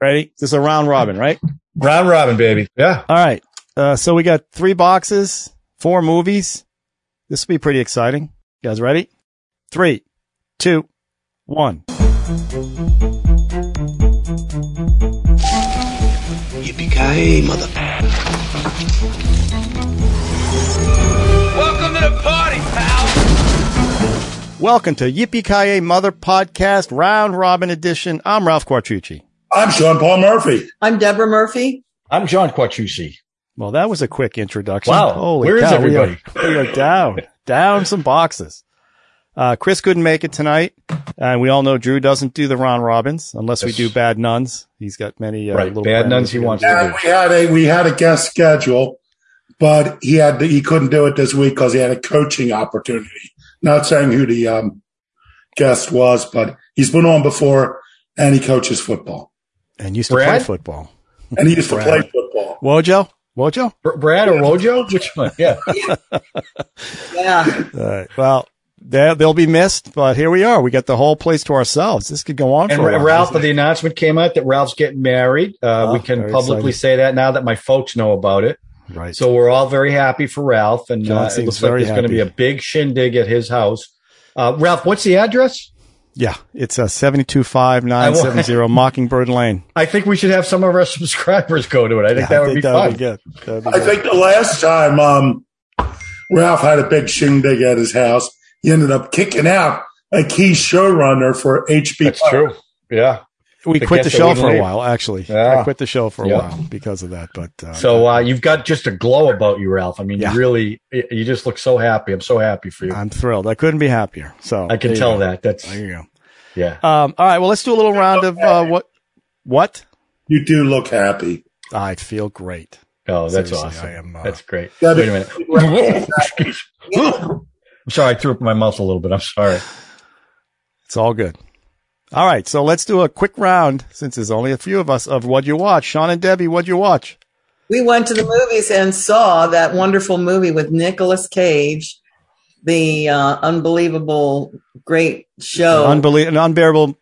Ready? This is a round robin, right? Round robin, baby. Yeah. All right. Uh, so we got three boxes, four movies. This will be pretty exciting. You guys ready? Three, two, one. Yippee-ki-yay, mother. Welcome to the party, pal. Welcome to Yippee Ki Mother Podcast Round Robin Edition. I'm Ralph Quartucci. I'm Sean Paul Murphy. I'm Deborah Murphy. I'm John Quattucci. Well, that was a quick introduction. Wow. Holy Where is cow, everybody? We are, we are down, down some boxes. Uh, Chris couldn't make it tonight. And we all know Drew doesn't do the round robins unless we Yes. do bad nuns. He's got many uh, Right. little Bad plans nuns to he do. wants to And we had a we had a guest schedule, but he had he couldn't do it this week because he had a coaching opportunity. Not saying who the um, guest was, but he's been on before, and he coaches football, And used to play Brad? football. and he used to play Right. football. Wojo? Wojo? do. Br- Brad or Wojo? Which one? Yeah. Yeah. All right. Well, they- they'll be missed, but here we are. We got the whole place to ourselves. This could go on And for a Ra- while. Ralph, isn't it? the announcement came out that Ralph's getting married. Uh, Oh, we can very publicly exciting. say that now that my folks know about it. right. So we're all very happy for Ralph, and John uh, it seems looks like very there's going to be a happy. big shindig at his house. Uh, Ralph, what's the address? yeah, it's uh, a 725-970 Mockingbird Lane. I think we should have some of our subscribers go to it. I think that I would think be that fun. would be good. That would be I good. think the last time um, Ralph had a big shindig at his house, he ended up kicking out a key showrunner for HB. That's true. Yeah. we the quit the guest that show wouldn't for a leave. while, actually. I Yeah. quit the show for a Yeah. while because of that. But uh, So uh, you've got just a glow about you, Ralph. I mean, Yeah. you really, you just look so happy. I'm so happy for you. I'm thrilled. I couldn't be happier. So I can there you tell go. that. That's There you go. yeah. Um, all right. Well, let's do a little round of uh, what. What? You do look happy. I feel great. Oh, that's Seriously, awesome. I am, uh, that's great. That Wait a is- minute. Excuse me. I'm sorry, I threw up in my mouth a little bit. I'm sorry. It's all good. All right. So let's do a quick round since there's only a few of us of what you watch. Sean and Debbie, what'd you watch? We went to the movies and saw that wonderful movie with Nicolas Cage, the uh, unbelievable, great show. Unbelie- an unbearable,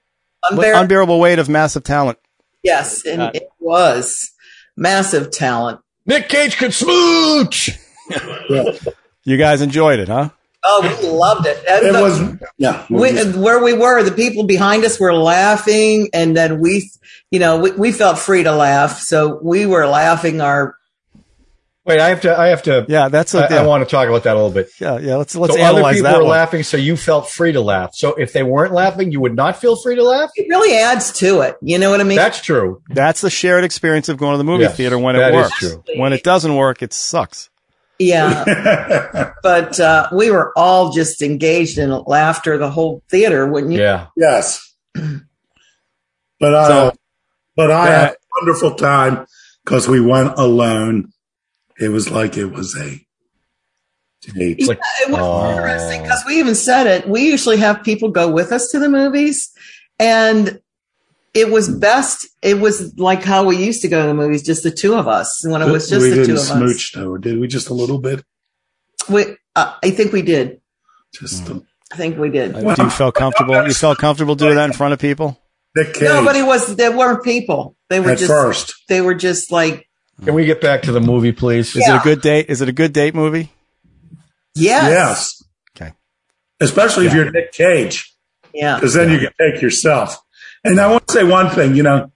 Unbear- unbearable weight of massive talent. yes, and it was massive talent. Nick Cage could smooch. You guys enjoyed it, huh? Oh, we loved it. And It the- was yeah. we, where we were, the people behind us were laughing, and then we, you know, we, we felt free to laugh, so we were laughing our Wait, I have to. I have to. Yeah, that's I, a, yeah, I want to talk about that a little bit. yeah, yeah. Let's let's so other analyze people that were one. laughing, so you felt free to laugh. So if they weren't laughing, you would not feel free to laugh. it really adds to it. You know what I mean? That's true. That's the shared experience of going to the movie Yes, theater when that it is works. true. When it doesn't work, it sucks. yeah. but uh, we were all just engaged in laughter the whole theater, wouldn't you? Yeah. Yes. But I, So- but I had Yeah. a wonderful time because we went alone. It was like it was a date. like- It was Oh. interesting because we even said it. We usually have people go with us to the movies, and it was best. It was like how we used to go to the movies, just the two of us. When it was just we the two didn't of us, smooch though, did we? Just a little bit. we, uh, I think we did. Just Mm. the I think we did. Uh, Do you feel comfortable? You felt comfortable doing that in front of people? Nick Cage no, but it was. There weren't people. They were at just. first. They were just like. Can we get back to the movie, please? Is it a good date? Is it a good date movie? Yes. Yes. Okay. Especially if you're Nick Cage, Yeah. because then you can take yourself. And I want to say one thing. You know,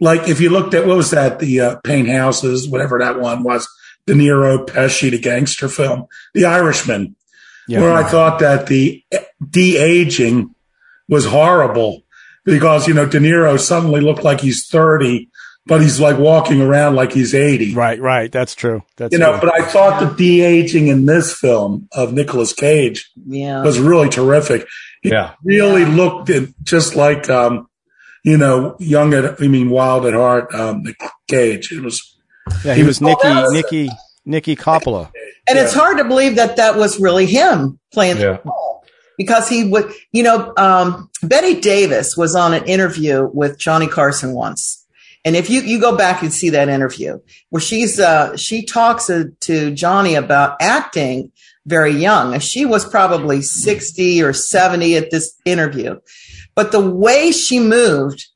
like if you looked at what was that the uh, Paint Houses, whatever that one was, De Niro, Pesci, the gangster film, The Irishman. where I thought that the de aging was horrible because you know De Niro suddenly looked like he's thirty, but he's like walking around like he's eighty. right, right. That's true. That's You know, true. but I thought the de aging in this film of Nicolas Cage Yeah. was really terrific. Yeah. Really looked at, just like um, you know, young at I mean, wild at heart, um, Nick Cage. It was yeah, he was Nicky, that was- Nicky, Nicky Coppola. And it's hard to believe that that was really him playing Yeah. the role because he would, you know, um, Betty Davis was on an interview with Johnny Carson once. And if you, you go back and see that interview where she's, uh, she talks uh, to Johnny about acting very young and she was probably 60 or 70 at this interview, but the way she moved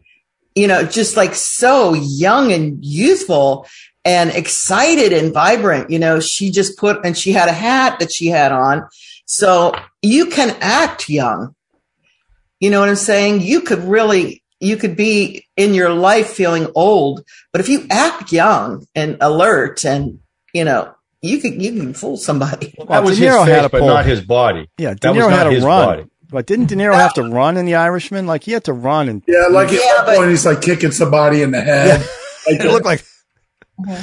you know, just like so young and youthful and excited and vibrant. You know, she just put, and she had a hat that she had on. So you can act young. You know what I'm saying? You could really, you could be in your life feeling old, but if you act young and alert and, you know, you could, you can fool somebody. that was De his Niro had face, a but pull. not his body. Yeah, De That was Niro had not to his run. body. But didn't De Niro have to run in The Irishman? Like he had to run and Yeah, like at Yeah, one but- point he's like kicking somebody in the head. it looked like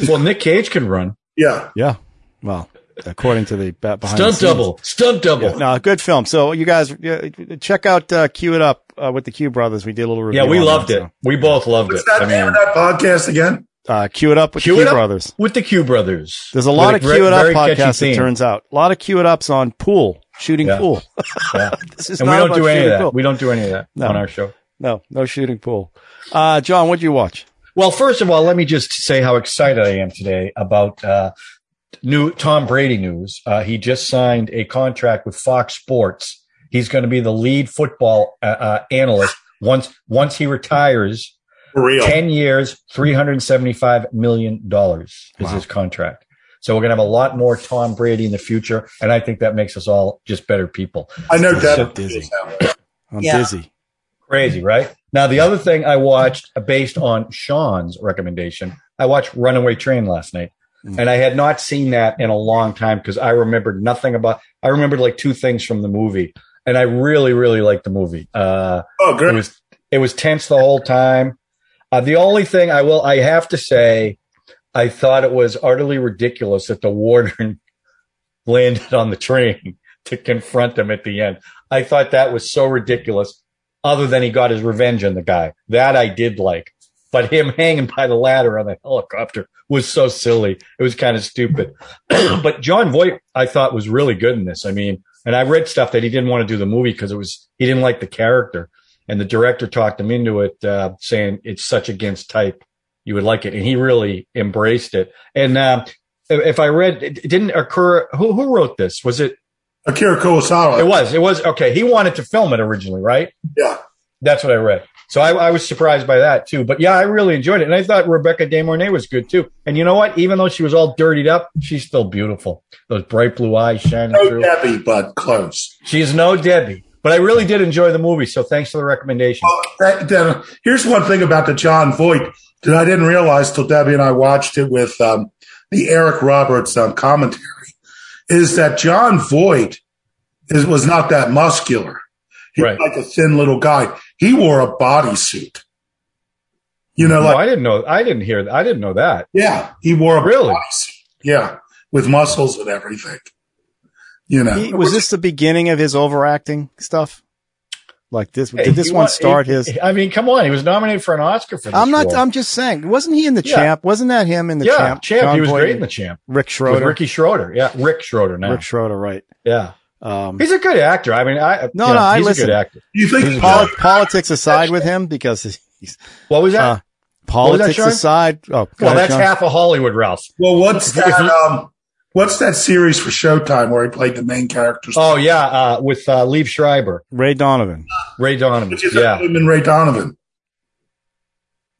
Well, Nick Cage can run. Yeah. yeah. Well, according to the ba- behind the Stunt scenes. double. Stunt double. Yeah, No, good film. So you guys yeah, check out uh, Cue It Up uh, with the Cue Brothers. We did a little review. we on loved that, it. We both loved it. What's that I name of mean, that podcast again? So. Uh, Cue It Up with Cue the It Cue Up Brothers. with the Q Brothers. There's a With lot of very- Cue It Up very catchy podcasts, it theme. turns out. A lot of Cue It Ups on pool, shooting Yeah. pool. Yeah. This is And we not don't about do any of shooting that. pool. We don't do any of that No. on our show. No, no shooting pool. Uh, John, what'd you watch? Well, first of all, let me just say how excited I am today about uh, new Tom Brady news. Uh, he just signed a contract with Fox Sports. He's going to be the lead football uh, uh, analyst once once he retires. For real. Ten years, three hundred seventy-five million dollars is his contract. So we're going to have a lot more Tom Brady in the future, and I think that makes us all just better people. I know that. so dizzy. I'm Yeah. busy. Crazy, right? Now, the other thing I watched uh, based on Sean's recommendation, I watched Runaway Train last night. And I had not seen that in a long time because I remembered nothing about I remembered like two things from the movie. And I really, really liked the movie. Uh Oh, it good. was it was tense the whole time. Uh, the only thing I will I have to say, I thought it was utterly ridiculous that the warden landed on the train to confront him at the end. I thought that was so ridiculous. Other than he got his revenge on the guy, that I did like. But him hanging by the ladder on the helicopter was so silly. It was kind of stupid. but John Voight, I thought was really good in this. I mean, and I read stuff that he didn't want to do the movie because it was he didn't like the character and the director talked him into it, uh, saying it's such against type, you would like it, and he really embraced it. And um, if if I read, it didn't occur. Who who wrote this? Was it? Akira It Kurosawa. was. It was okay. He wanted to film it originally, right? Yeah. That's what I read. So I, I was surprised by that too. But yeah, I really enjoyed it, and I thought Rebecca De Mornay was good too. And you know what? Even though she was all dirtied up, she's still beautiful. Those bright blue eyes shining No through. Debbie, but close. She's no Debbie. But I really did enjoy the movie, so thanks for the recommendation. That, that- here's one thing about the John Voight that I didn't realize till Debbie and I watched it with um, the Eric Roberts um, commentary is that John Voight is, was not that muscular. He Right. was like a thin little guy. He wore a bodysuit. You know, No, like, I didn't know. I didn't hear. I didn't know that. yeah, he wore a Really? bodysuit. Yeah, with muscles and everything. You know, He, was this the beginning of his overacting stuff? Like this? Hey, Did this he one won- start he- his? I mean, come on. He was nominated for an Oscar for this. I'm not. role. I'm just saying. Wasn't he in the Yeah. champ? Wasn't that him in the yeah, champ? champ. John he was Boyd great in and the champ. Rick With Schroeder. Ricky Schroeder. Yeah, Rick Schroeder now. Rick Schroeder, right? yeah, Um, he's a good actor. I mean, I No, you no, I he's listen. a good actor. you think poli- politics aside with him, because he's, What was that? Uh, was that, politics Sean? aside. Oh, go well, ahead, that's Sean. half of Hollywood, Ralph. Well, what's If- if that? you- Um, what's that series for Showtime where he played the main characters? Oh yeah, uh, with uh, Liev Schreiber, Ray Donovan. Ray Donovan. Which is Yeah, Newman Ray Donovan.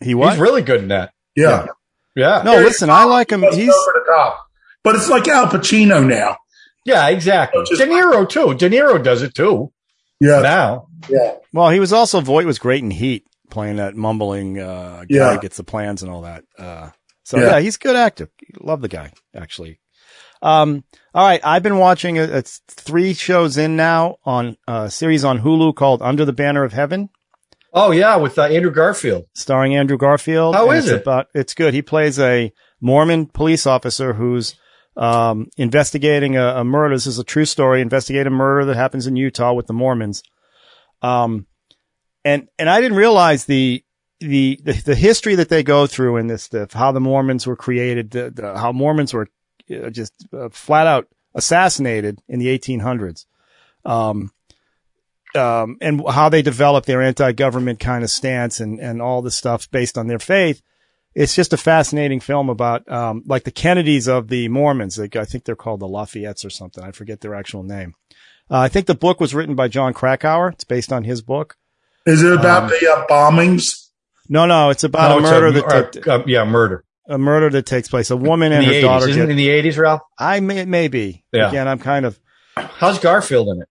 He was. he's really good in that. Yeah, Yeah, no, listen, I like him. That's He's over the top. But it's like Al Pacino now. yeah, exactly. Which is- De Niro too. De Niro does it too Yeah, now. yeah. well. He was also Voight was great in Heat, playing that mumbling uh, guy Yeah. who gets the plans and all that. Uh, so yeah. Yeah. he's a good actor. Love the guy actually. Um, all right, I've been watching uh, it's three shows in now on a series on Hulu called Under the Banner of Heaven. Oh yeah, with uh, Andrew Garfield. starring Andrew Garfield. How and is it's it? About, it's good. He plays a Mormon police officer who's um, investigating a, a murder. This is a true story. Investigate a murder that happens in Utah with the Mormons. Um, and and I didn't realize the. The, the the history that they go through in this, the, how the Mormons were created, the, the, how Mormons were uh, just uh, flat out assassinated in the 1800s, um, um, and how they developed their anti-government kind of stance and and all the stuff based on their faith. It's just a fascinating film about um, like the Kennedys of the Mormons. They, I think they're called the Lafayettes or something. I forget their actual name. Uh, I think the book was written by John Krakauer. It's based on his book. Is it about the uh, bombings? No, no, it's about No, a Oh, it's murder a- that or- uh, yeah, murder. a murder that takes place. A woman In and the her 80s. daughter Isn't it get. in the 80s, Ralph? I may, maybe. Yeah. Again, I'm kind of. How's Garfield in it?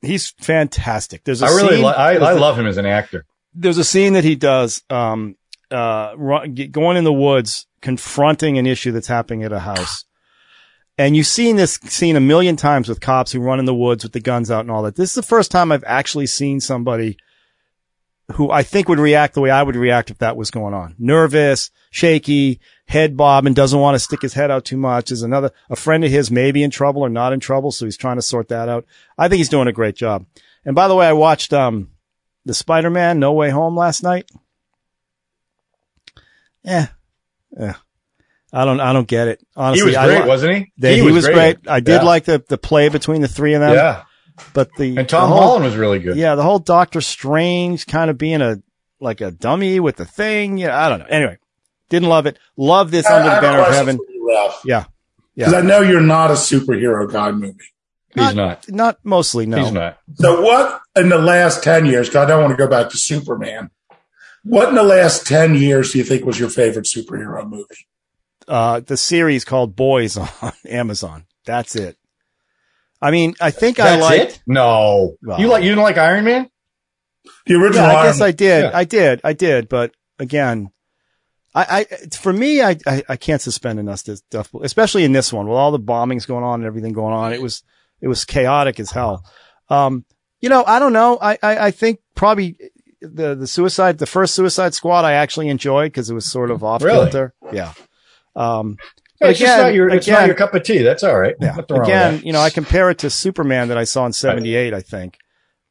He's fantastic. There's a I really scene- li- I, there's I a- love him as an actor. there's a scene that he does um uh ru- g- going in the woods confronting an issue that's happening at a house and you've seen this scene a million times with cops who run in the woods with the guns out and all that this is the first time i've actually seen somebody who i think would react the way i would react if that was going on nervous shaky head bobbing doesn't want to stick his head out too much is another a friend of his may be in trouble or not in trouble so he's trying to sort that out i think he's doing a great job and by the way i watched um the Spider Man No Way Home last night. Yeah, yeah. eh. I don't, I don't get it. Honestly, he was I great, li- wasn't he? they- he, was great. I did Yeah. like the the play between the three of them. Yeah, but the and Tom the whole- Holland was really good. yeah, the whole Doctor Strange kind of being a like a dummy with the thing. Yeah, I don't know. Anyway, didn't love it. Love this under the banner of heaven. Yeah. Yeah. Because I know you're not a superhero guy movie. He's not. Not mostly. No. He's not. So what in the last 10 years, 'cause I don't want to go back to Superman. What in the last 10 years do you think was your favorite superhero movie? uh, the series called Boys on Amazon. That's it. I mean, I think I That's liked. it? No, Well- you like you didn't like Iron Man? The original Yeah, I Iron guess I did. Yeah. I did. I did. But again, I, I for me, I, I, I can't suspend enough this stuff, especially in this one with all the bombings going on and everything going on. It was it was chaotic as hell. Um, you know, I don't know. I, I, I think probably the the suicide, the first Suicide Squad, I actually enjoyed because it was sort of off Really? kilter. Yeah. Um, But it's just again- not your it's not again- your cup of tea. That's all right. Yeah. Nothing wrong with Again, that. you know, I compare it to Superman that I saw in 78, I think.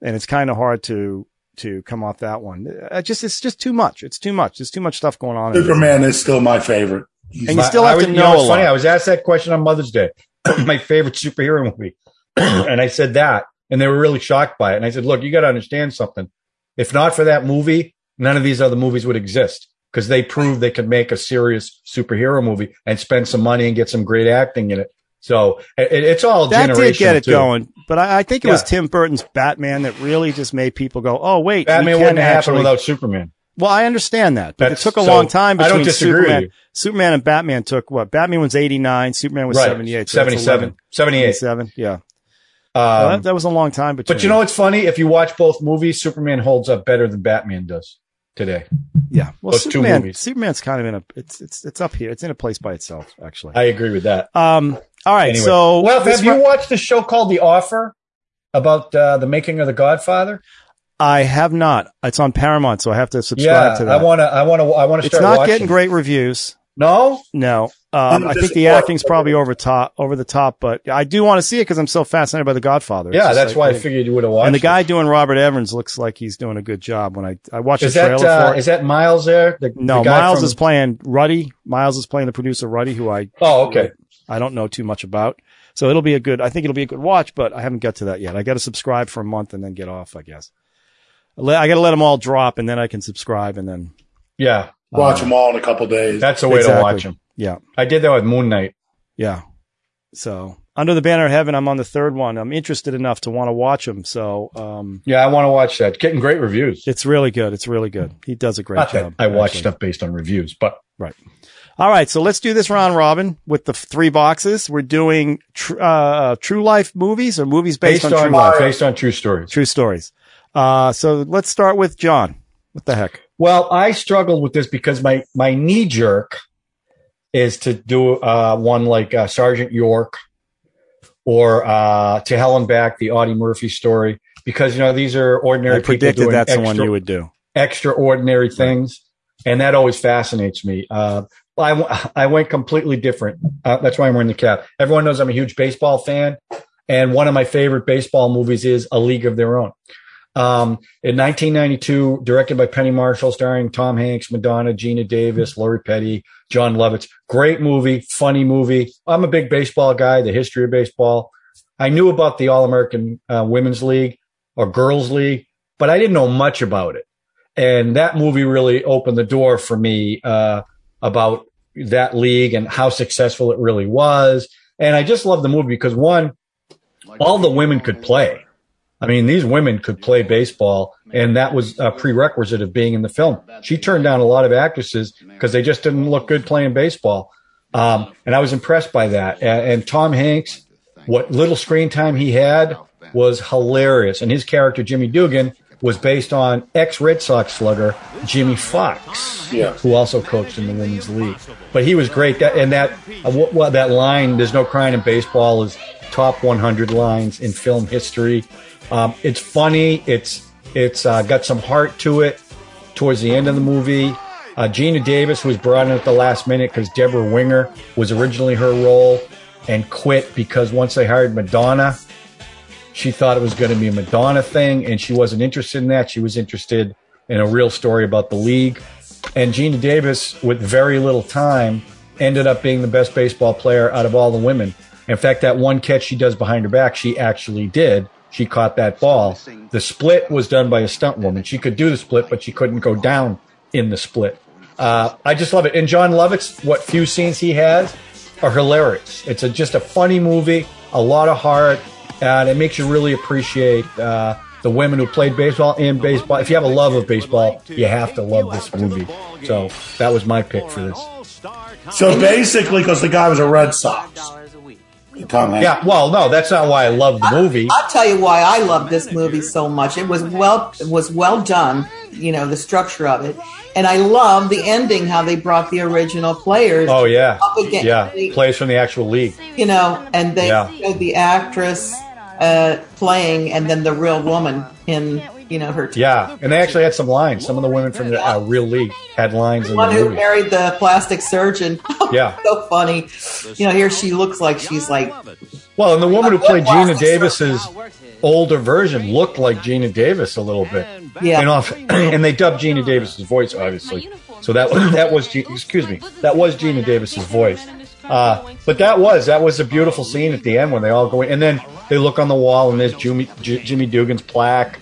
And it's kind of hard to, to come off that one. I just, it's just too much. It's too much. There's too much stuff going on. in this. Superman is still my favorite. He's And my- you still I- I have was- to You know, know a it's funny. I lot. was asked that question on Mother's Day. my favorite superhero movie, and I said that, and they were really shocked by it. And I said, "Look, you got to understand something. If not for that movie, none of these other movies would exist because they proved they could make a serious superhero movie and spend some money and get some great acting in it. So it, it's all That did generational, get it too. going, but I, I think it was Yeah. Tim Burton's Batman that really just made people go, "Oh wait, we Batman can wouldn't happen actually- without Superman. Well, I understand that, but it That's- took a so long time I between don't disagree with Superman. you. Superman and Batman took what? Batman was eighty nine, Superman was right. seventy eight, 77. 78. 77. Yeah, Um, Well, that, that was a long time between. But you know what's funny? If you watch both movies, Superman holds up better than Batman does today. Yeah, well, Those two Superman. movies. Superman's kind of in a it's it's it's up here. It's in a place by itself, actually. I agree with that. um. All right. Anyway. So, well, this have you one- watched the show called The Offer about uh, the making of The Godfather? I have not. It's on Paramount, so I have to subscribe yeah, to that. I want to. I want to. I want to it's start. not watching. getting great reviews. No, No, um, I think the acting's probably over top, over the top, but I do want to see it because I'm so fascinated by The Godfather. It's yeah, just that's like- why I figured you would have watched. And the guy it. doing Robert Evans looks like he's doing a good job. When I I watched is the trailer that uh, for it. is that Miles there? The, no, the guy Miles from- is playing Ruddy. Miles is playing the producer Ruddy, who I Oh, okay. I don't know too much about. So it'll be a good, I think it'll be a good watch, but I haven't got to that yet. I got to subscribe for a month and then get off, I guess. Let- I got to let them all drop and then I can subscribe and then Yeah, watch them all in a couple days. that's the way Exactly. to watch him. yeah, I did that with Moon Knight. yeah. So under the banner of heaven, I'm on the third one. I'm interested enough to want to watch them. So, um, Yeah, I want to watch that. Getting great reviews. it's really good. It's really good. He does a great Not job. that I watch actually. stuff based on reviews, but All right. So let's do this round robin with the f- three boxes. We're doing tr- uh, true life movies or movies based, based, on, on, true, life. based on true stories. true stories. Uh, so let's start with John. What the heck? Well, I struggled with this because my my knee jerk is to do uh, one like uh, Sergeant York or uh, to Helen Back, the Audie Murphy story, because you know these are ordinary I predicted people doing that's the extra, one you would do. extraordinary things, and that always fascinates me. Uh, I w- I went completely different. Uh, that's why I'm wearing the cap. Everyone knows I'm a huge baseball fan, and one of my favorite baseball movies is A League of Their Own. Um, in 1992, directed by Penny Marshall, starring Tom Hanks, Madonna, Gina Davis, Lori Petty, John Lovitz. Great movie, funny movie. I'm a big baseball guy, the history of baseball. I knew about the All American uh, Women's League or Girls League, but I didn't know much about it. And that movie really opened the door for me uh, about that league and how successful it really was. And I just love the movie because one, all the women could play. I mean, these women could play baseball, and that was a prerequisite of being in the film. She turned down a lot of actresses because they just didn't look good playing baseball. Um, and I was impressed by that. And, and Tom Hanks, what little screen time he had was hilarious. And his character, Jimmy Dugan, was based on ex Red Sox slugger Jimmy Fox, who also coached in the women's league. But he was great. That and that uh, wh- wh- that line, "There's no crying in baseball," is top 100 lines in film history. Um, it's funny. It's it's uh, got some heart to it. Towards the end of the movie, uh, Gina Davis was brought in at the last minute because Deborah Winger was originally her role and quit because once they hired Madonna, she thought it was going to be a Madonna thing, and she wasn't interested in that. She was interested in a real story about the league. And Gina Davis, with very little time, ended up being the best baseball player out of all the women. In fact, that one catch she does behind her back, she actually did. She caught that ball. The split was done by a stunt woman. She could do the split, but she couldn't go down in the split. Uh, I just love it. And John Lovett's what few scenes he has are hilarious. It's a, just a funny movie, a lot of heart, and it makes you really appreciate uh, the women who played baseball and baseball. If you have a love of baseball, you have to love this movie. So that was my pick for this. So basically, because the guy was a Red Sox, Tom Hanks. Yeah, well, no, that's not why I love the movie. I'll tell you why I love this movie so much. It was well it was well done, you know, the structure of it. And I love the ending, how they brought the original players Oh yeah, up again. yeah, They- plays from the actual league. you know, and they Yeah. showed the actress uh, playing and then the real woman in, you know, her Yeah, and they actually had some lines. Some of the women from the uh, real league had lines in the one who movie. married the plastic surgeon. Oh, Yeah. so funny. You know, here she looks like she's like, Well, and the woman who played Gina Plastic Davis's older version looked like Gina Davis a little bit. Yeah. And off, and they dubbed Gina Davis's voice, obviously. So that was that was Ge- excuse me, that was Gina Davis's voice. Uh, but that was that was a beautiful scene at the end when they all go in, and then they look on the wall and there's Jimmy, J- Jimmy Dugan's plaque.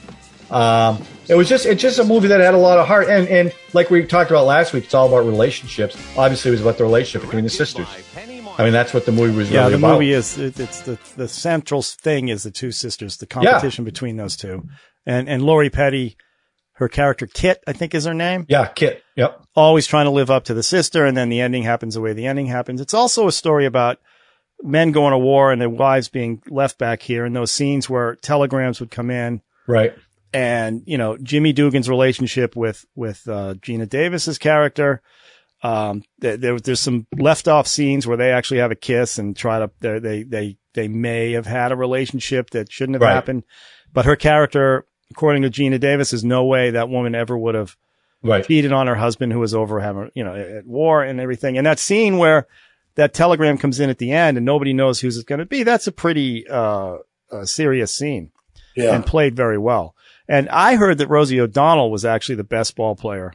Um, it was just it's just a movie that had a lot of heart, and and like we talked about last week, it's all about relationships. Obviously, it was about the relationship between the sisters. I mean, that's what the movie was Yeah, really the about. movie is it, it's the the central thing is the two sisters, the competition between those two, and and Lori Petty, her character Kit, I think is her name, yeah, Kit. Yep. always trying to live up to the sister, and then the ending happens the way the ending happens. It's also a story about men going to war and their wives being left back here, and those scenes where telegrams would come in Right. and you know Jimmy Dugan's relationship with with uh, Gina Davis's character. Um, there, there- there's some left off scenes where they actually have a kiss and try to they they they they may have had a relationship that shouldn't have Right. happened, but her character, according to Gina Davis, is no way that woman ever would have Right. cheated on her husband who was over having you know at war and everything. And that scene where that telegram comes in at the end and nobody knows who's it's going to be. That's a pretty uh, uh, serious scene Yeah. and played very well. And I heard that Rosie O'Donnell was actually the best ball player.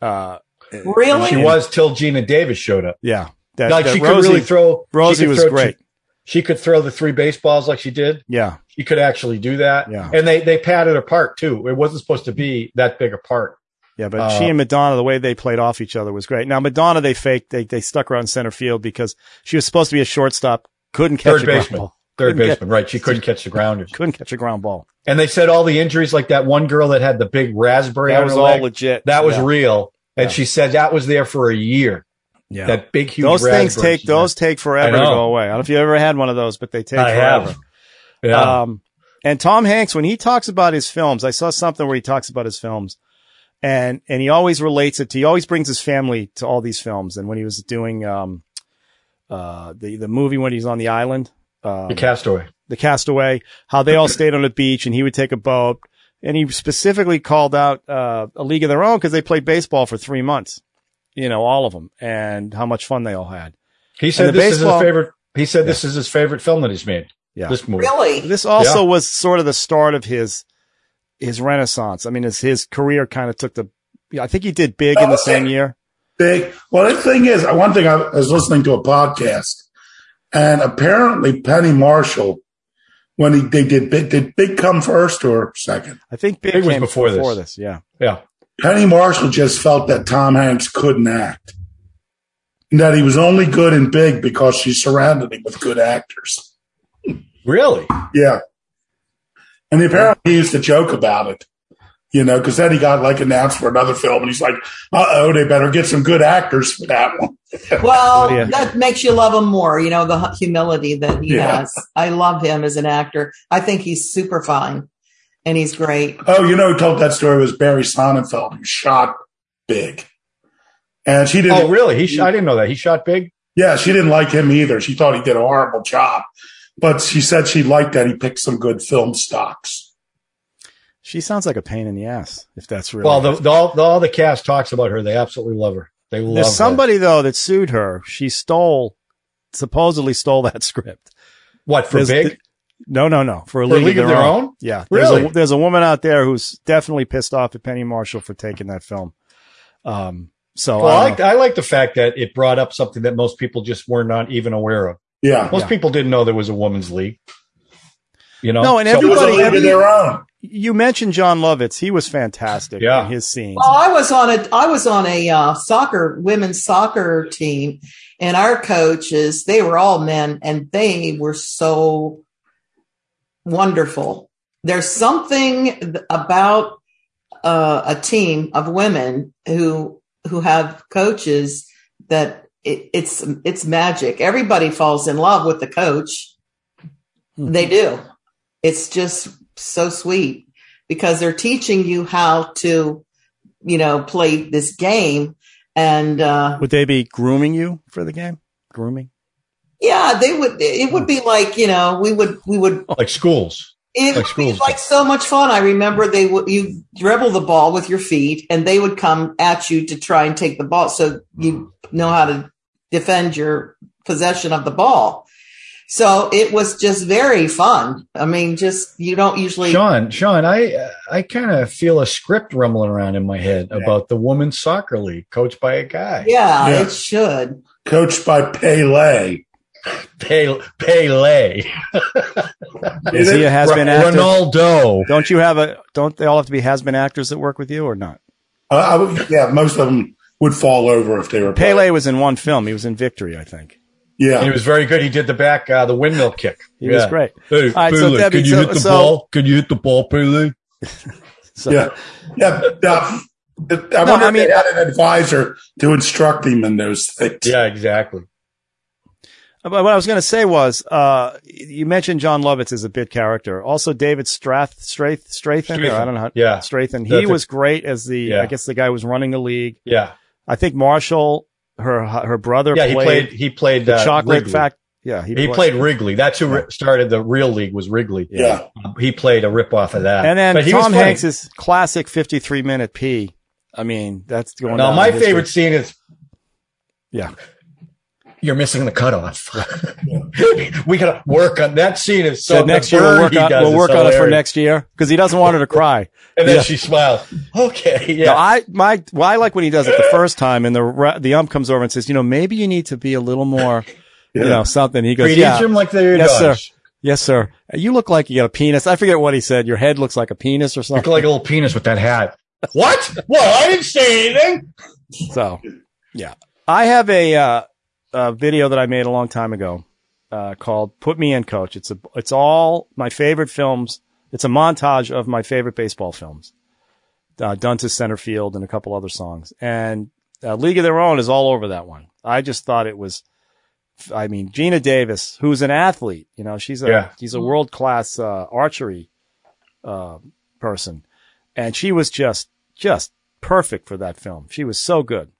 Uh, really? She was till Gina Davis showed up. yeah, that, Like that she could really throw. she Rosie could was throw great. two- she could throw the three baseballs like she did. yeah, She could actually do that. Yeah. And they they padded her part too. It wasn't supposed to be that big a part. yeah. But Uh, she and Madonna, the way they played off each other was great. Now Madonna, they faked. They they stuck her on center field because she was supposed to be a shortstop. Couldn't catch Third a ground baseman. ball. Third Couldn't baseman, right? She couldn't catch the grounders. Couldn't catch a ground ball. And they said all the injuries, like that one girl that had the big raspberry. That on was her all leg, legit. That was Yeah. real. And Yeah. she said that was there for a year. Yeah. That big, huge. those things raspberry take she had. those take forever to know. go away. I don't know if you ever had one of those, but they take I forever. have. Yeah. Um, and Tom Hanks, when he talks about his films, I saw something where he talks about his films and, and he always relates it to, he always brings his family to all these films. And when he was doing, um, uh, the, the movie when he's on the island, um, the castaway. the castaway, how they all stayed on a beach and he would take a boat. And he specifically called out, uh, a league of their own because they played baseball for three months, you know, all of them and how much fun they all had. He the said this baseball- is his favorite. He said this is his favorite film that he's made. Yeah. This movie. Really? This also was sort of the start of his his renaissance. I mean, his his career kind of took the. yeah, I think he did big in the same year. Big. Well, the thing is, uh, one thing I was listening to a podcast, and apparently Penny Marshall, when he they did big, did big come first or second? I think big, Big was came before this. Yeah, Yeah. Penny Marshall just felt that Tom Hanks couldn't act, and that he was only good in big because she surrounded him with good actors. Really? Yeah. And apparently he used to joke about it, you know, because then he got like announced for another film and he's like, uh oh, they better get some good actors for that one. Well, Yeah. that makes you love him more, you know, the hu- humility that he Yeah. has. I love him as an actor. I think he's super fine and he's great. Oh, you know who told that story was Barry Sonnenfeld, who shot big. And she didn't Oh, really? He sh- I didn't know that. He shot big. Yeah, she didn't like him either. She thought he did a horrible job. But she said she liked that he picked some good film stocks. She sounds like a pain in the ass, if that's really. Well, the, the, all, the all the cast talks about her. They absolutely love her. They love There's her. somebody though that sued her. She stole, supposedly stole that script. What for There's- big? No, no, no. For a For league, of, their own. Own? Yeah, there's Really? A, there's a woman out there who's definitely pissed off at Penny Marshall for taking that film. Um. So well, I I like I like the fact that it brought up something that most people just were not even aware of. Yeah. Most Yeah. people didn't know there was a women's league. You know, No, and So- It was a Everybody- league every- of their own. you mentioned John Lovitz. He was fantastic Yeah. in his scenes. Well, I was on a I was on a uh, soccer women's soccer team, and our coaches they were all men, and they were so wonderful. There's something th- about uh, a team of women who who have coaches that it, it's it's magic. Everybody falls in love with the coach. Hmm. They do. It's just so sweet because they're teaching you how to you know play this game and uh Would they be grooming you for the game? Grooming? yeah they would it would be like you know we would we would like schools. it Like would be schools. like so much fun i remember they would you dribble the ball with your feet and they would come at you to try and take the ball so you know how to defend your possession of the ball so it was just very fun i mean just you don't usually Sean, Sean, I I kind of feel a script rumbling around in my head about the women's soccer league coached by a guy. yeah, Yeah. it should Coached by Pele. Pele. Pele. Is he a has been Ro- actor? Ronaldo. Don't you have a? Don't they all have to be has been actors that work with you or not? Uh, I would- yeah, most of them would fall over if they were Pele was in one film. He was in Victory, I think. And he Yeah. was very good. He did the back, uh, the windmill kick. He was great. Hey, All right, so Pele, Debbie, can you so- hit the so- ball? Can you hit the ball, Pele? So, Yeah. Yeah. yeah. I No, wonder I if mean- they had an advisor to instruct him in those things. Yeah, exactly. Uh, But what I was going to say was, uh, you mentioned John Lovitz is a bit character. Also, David Strath, Strath, Strathan, or I don't know, how, Yeah, Strathan. He That's a- was great as the, Yeah. I guess the guy who was running the league. yeah, I think Marshall, her her brother, yeah. He played, played. He played the uh, Chocolate Wrigley. Fact. Yeah, He played Wrigley. That's who Yeah. ri started the real league. Was Wrigley? Yeah. He played a rip off of that. And then But he was Tom funny. Hanks's classic 53 minute P. I mean, that's going. Now down my in history. favorite scene is. Yeah. You're missing the cutoff. we gotta work on that scene. Is so So next the year we'll bird work he on, does we'll is work on it for hilarious. next year because he doesn't want her to cry. And then Yeah. she smiles. Okay, No, yeah, I my well, I like when he does it the first time, and the re- the ump comes over and says, you know, maybe you need to be a little more, you know, something. He goes, Treat yeah, him like they're your Yes, dogs. yes, sir. You look like you got a penis. I forget what he said. Your head looks like a penis or Look something. like a little penis with that hat. What? Well, I didn't say anything. So, yeah, I have a, uh, a video that I made a long time ago uh, called "Put Me in, Coach." It's a it's all my favorite films. It's a montage of my favorite baseball films, uh, done to center field and a couple other songs. And uh, League of Their Own is all over that one. I just thought it was. I mean, Gina Davis, who's an athlete, you know, she's a Yeah. she's a world class uh, archery uh, person, and she was just just perfect for that film. She was so good.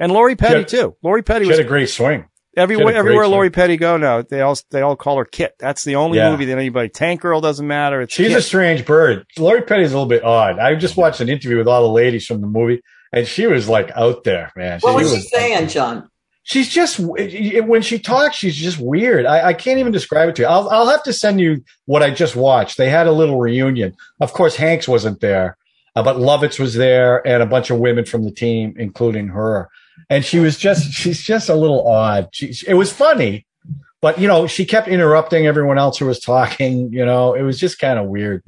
And Lori Petty Yeah. too. Lori Petty She was had a great swing. everywhere. she had a great Everywhere show. Lori Petty go now, they all they all call her Kit. That's the only Yeah. movie that anybody. Tank Girl doesn't matter. It's She's a Kit. strange bird. Lori Petty's a little bit odd. I just watched an interview with all the ladies from the movie, and she was like out there, man. what was she saying john She's just when she talks, she's just weird. I, I can't even describe it to you. I'll I'll have to send you what I just watched. They had a little reunion. Of course, Hanks wasn't there, uh, but Lovitz was there, and a bunch of women from the team, including her. And she was just she's just a little odd. She, she- it was funny, but you know she kept interrupting everyone else who was talking. You know, it was just kind of weird.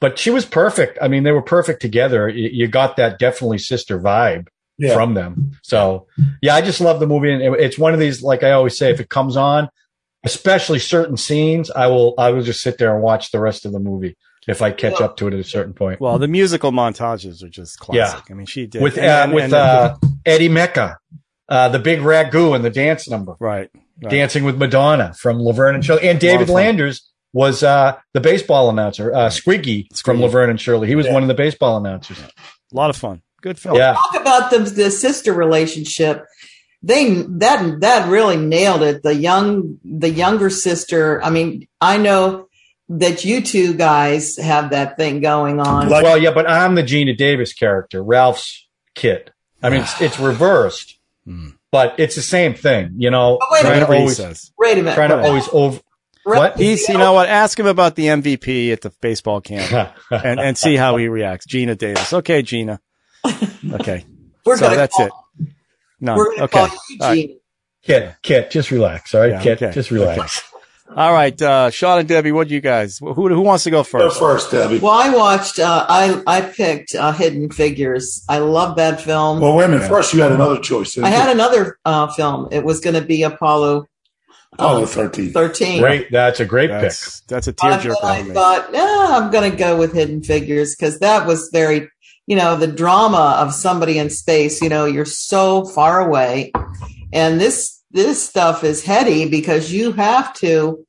But she was perfect. I mean, they were perfect together. You, you got that definitely sister vibe Yeah. from them. So yeah, I just love the movie, and it- it's one of these like I always say, if it comes on, especially certain scenes, I will I will just sit there and watch the rest of the movie. if I catch up to it at a certain point. Well, the musical montages are just classic. I mean, she did with and- uh, and- with and- uh, Eddie Mecca, uh, the big ragu and the dance number, right, right. dancing with Madonna from Laverne and Shirley, and David Lot of fun. Landers was uh, the baseball announcer, uh, Squiggy from Squiggy. Laverne and Shirley. He was Yeah. one of the baseball announcers. a lot of fun. Good film. Yeah, talk about the, the sister relationship they that that really nailed it the young the younger sister i mean i know that you two guys have that thing going on Like- well, yeah, but I'm the Gina Davis character, Ralph's kid. I mean, it's, it's reversed, Hmm. but it's the same thing, you know. But wait a trying to Whatever he always- says. wait a minute trying to always over. what? He's, you know what? E Ask him about the MVP at the baseball camp and and, and see how he reacts. Gina Davis. Okay, Gina. Okay. we're so gonna that's call, it. No. we're gonna Okay. call you All right. Gina. Kit, Kit, just relax. All right, Yeah, Kit, okay. just relax. All right. Uh, Sean and Debbie, what do you guys? Who, who wants to go Go first? first, Debbie. well i watched uh, i i picked uh, hidden figures i love that film Well, wait a minute. First, you had another choice. i had another uh, film it was going to be apollo um, Apollo 13. 13 Great, that's a great That's, that's a Uh, but I tearjerker for me. thought, no, I'm going to go with Hidden Figures because that was very, you know, the drama of somebody in space. You know, you're so far away, and this this stuff is heady because you have to,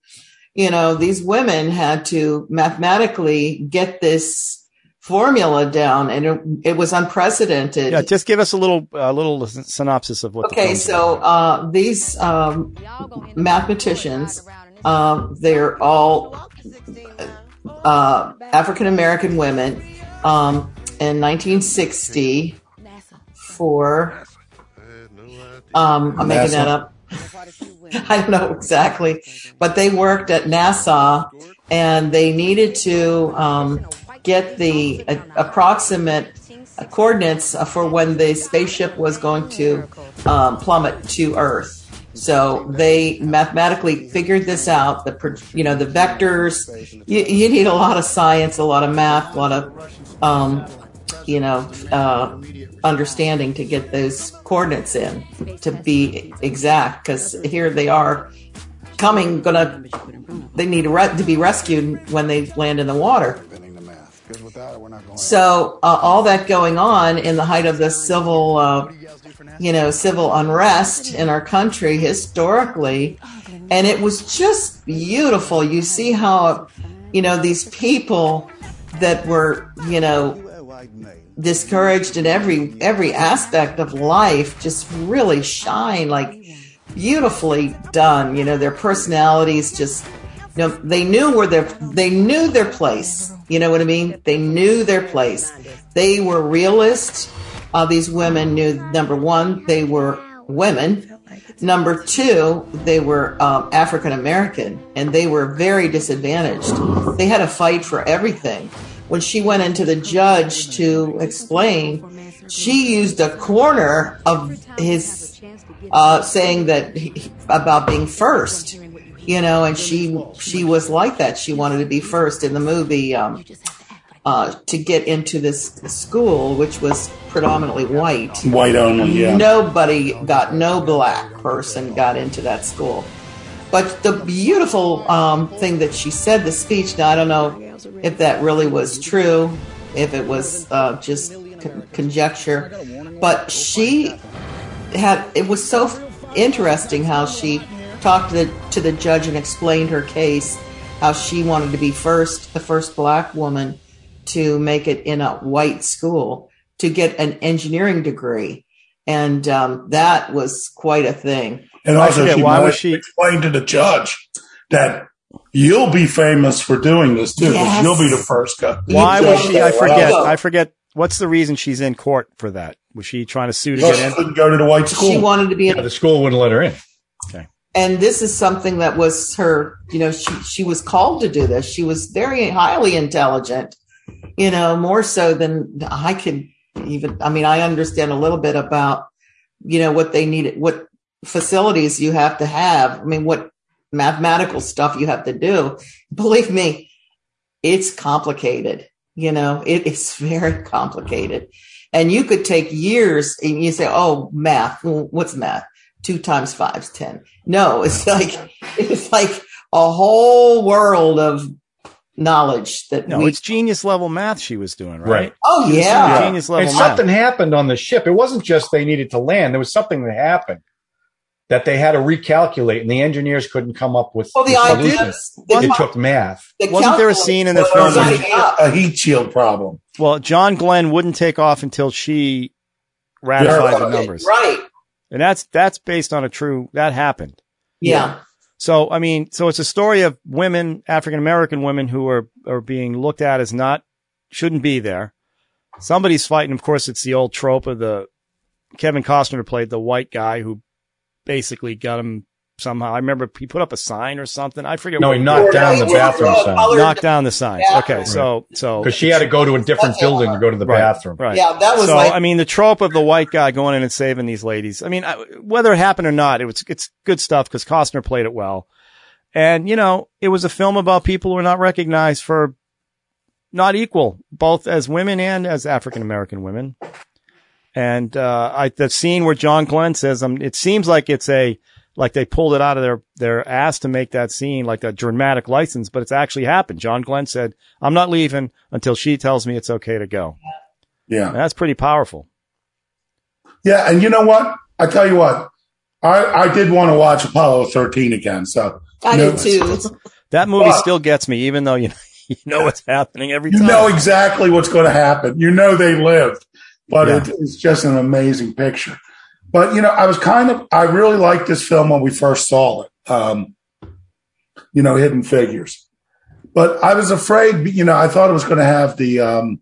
you know, these women had to mathematically get this formula down, and it, it was unprecedented. Yeah, just give us a little a little syn- synopsis of what. the okay, film's so about. uh, these um, mathematicians, mathematicians. um, they're all uh, African American women um, in 1960 for. Um, I'm making that up. I don't know exactly, but they worked at NASA and they needed to um, get the uh, approximate coordinates uh, for when the spaceship was going to um, plummet to Earth. So they mathematically figured this out. The pro- you know the vectors. You, you need a lot of science, a lot of math, a lot of um, you know uh, understanding to get those coordinates in to be exact. Because here they are coming, gonna they need to, re- to be rescued when they land in the water. So uh, all that going on in the height of the civil, uh, you know, civil unrest in our country historically, and it was just beautiful. You see how, you know, these people that were, you know, discouraged in every every aspect of life just really shine like beautifully done. You know, their personalities just you know, they knew where their they knew their place. You know what I mean? They knew their place. They were realists. Uh, these women knew number one, they were women. Number two, they were um, African American, and they were very disadvantaged. They had a fight for everything. When she went into the judge to explain, she used a corner of his uh, saying that he, about being first you know and she she was like that she wanted to be first in the movie um, uh, to get into this school which was predominantly white White only, yeah. nobody got no black person got into that school but the beautiful um, thing that she said the speech now i don't know if that really was true if it was uh, just con- conjecture but she had it was so interesting how she talked to the, to the judge and explained her case how she wanted to be first the first black woman to make it in a white school to get an engineering degree and um, that was quite a thing And I also, forget, she why was might she- explain to the judge that you'll be famous for doing this too, 'cause Yes. you'll be the first guy. why You was go. she? I forget. You go. I forget. What's the reason she's in court for that? Was she trying to sue to Because she get in? couldn't go to the white school. she wanted to be pick. an Yeah, the school wouldn't let her in. and this is something that was her you know she she was called to do this she was very highly intelligent you know more so than i could even i mean i understand a little bit about you know what they needed what facilities you have to have i mean what mathematical stuff you have to do believe me it's complicated you know it is very complicated and you could take years and you say oh math Well, what's math two times five's ten no it's like it's like a whole world of knowledge that No, we. it's genius level math she was doing, right? Right. oh yeah. Yeah. genius level and math. something happened on the ship. It wasn't just they needed to land. There was something that happened that they had to recalculate, and the engineers couldn't come up with. Well, the solution. idea. it the- took math. the Wasn't there a calculus scene in the was film setting where- up. A heat shield problem. Well, John Glenn wouldn't take off until she ratified the Verified it, numbers. Right. And that's that's based on a true that happened. Yeah. So I mean, so it's a story of women, African American women who are are being looked at as not shouldn't be there. Somebody's fighting. Of course, it's the old trope of the Kevin Costner played the white guy who basically got him somehow. I remember he put up a sign or something. I forget. No, what- he knocked down the bathroom sign knocked down the signs. Yeah. Okay, so so because she had to go to a different building to go to the Right, bathroom. right. Yeah, that was so like I mean, the trope of the white guy going in and saving these ladies. I mean, I, whether it happened or not, it was it's good stuff because Costner played it well, and you know, it was a film about people who are not recognized for not equal, both as women and as African American women. And uh, I the scene where John Glenn says, um, it seems like it's a like they pulled it out of their their ass to make that scene like a dramatic license, but it's actually happened. John Glenn said, "I'm not leaving until she tells me it's okay to go." Yeah. And that's pretty powerful. Yeah, and you know what? I tell you what, I, I did want to watch Apollo 13 again. So I no, did too. That movie But- still gets me, even though you you know what's happening every You time. know exactly what's going to happen. You know they lived, but Yeah. it, it's just an amazing picture. But you know, I was kind of I really liked this film when we first saw it. Um, you know, Hidden Figures. But I was afraid. You know, I thought it was going to have the um,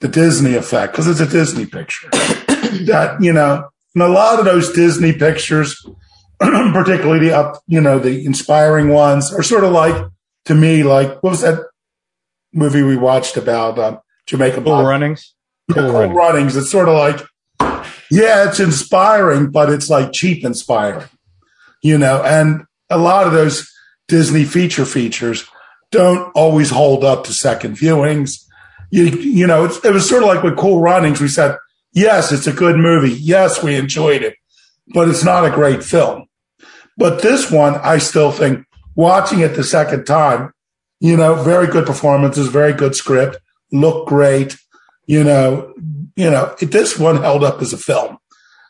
the Disney effect because it's a Disney picture. that you know, and a lot of those Disney pictures, particularly the up, you know, the inspiring ones, are sort of like to me like what was that movie we watched about um, Jamaica Cool Black? runnings. Cool Cool runnings. runnings. It's sort of like, yeah, it's inspiring, but it's like cheap inspiring, you know. And a lot of those Disney feature features don't always hold up to second viewings. You you know, it's, it was sort of like with Cool Runnings. We said, yes, it's a good movie. Yes, we enjoyed it, but it's not a great film. But this one, I still think watching it the second time, you know, very good performances, very good script, look great you know, you know, it- this one held up as a film.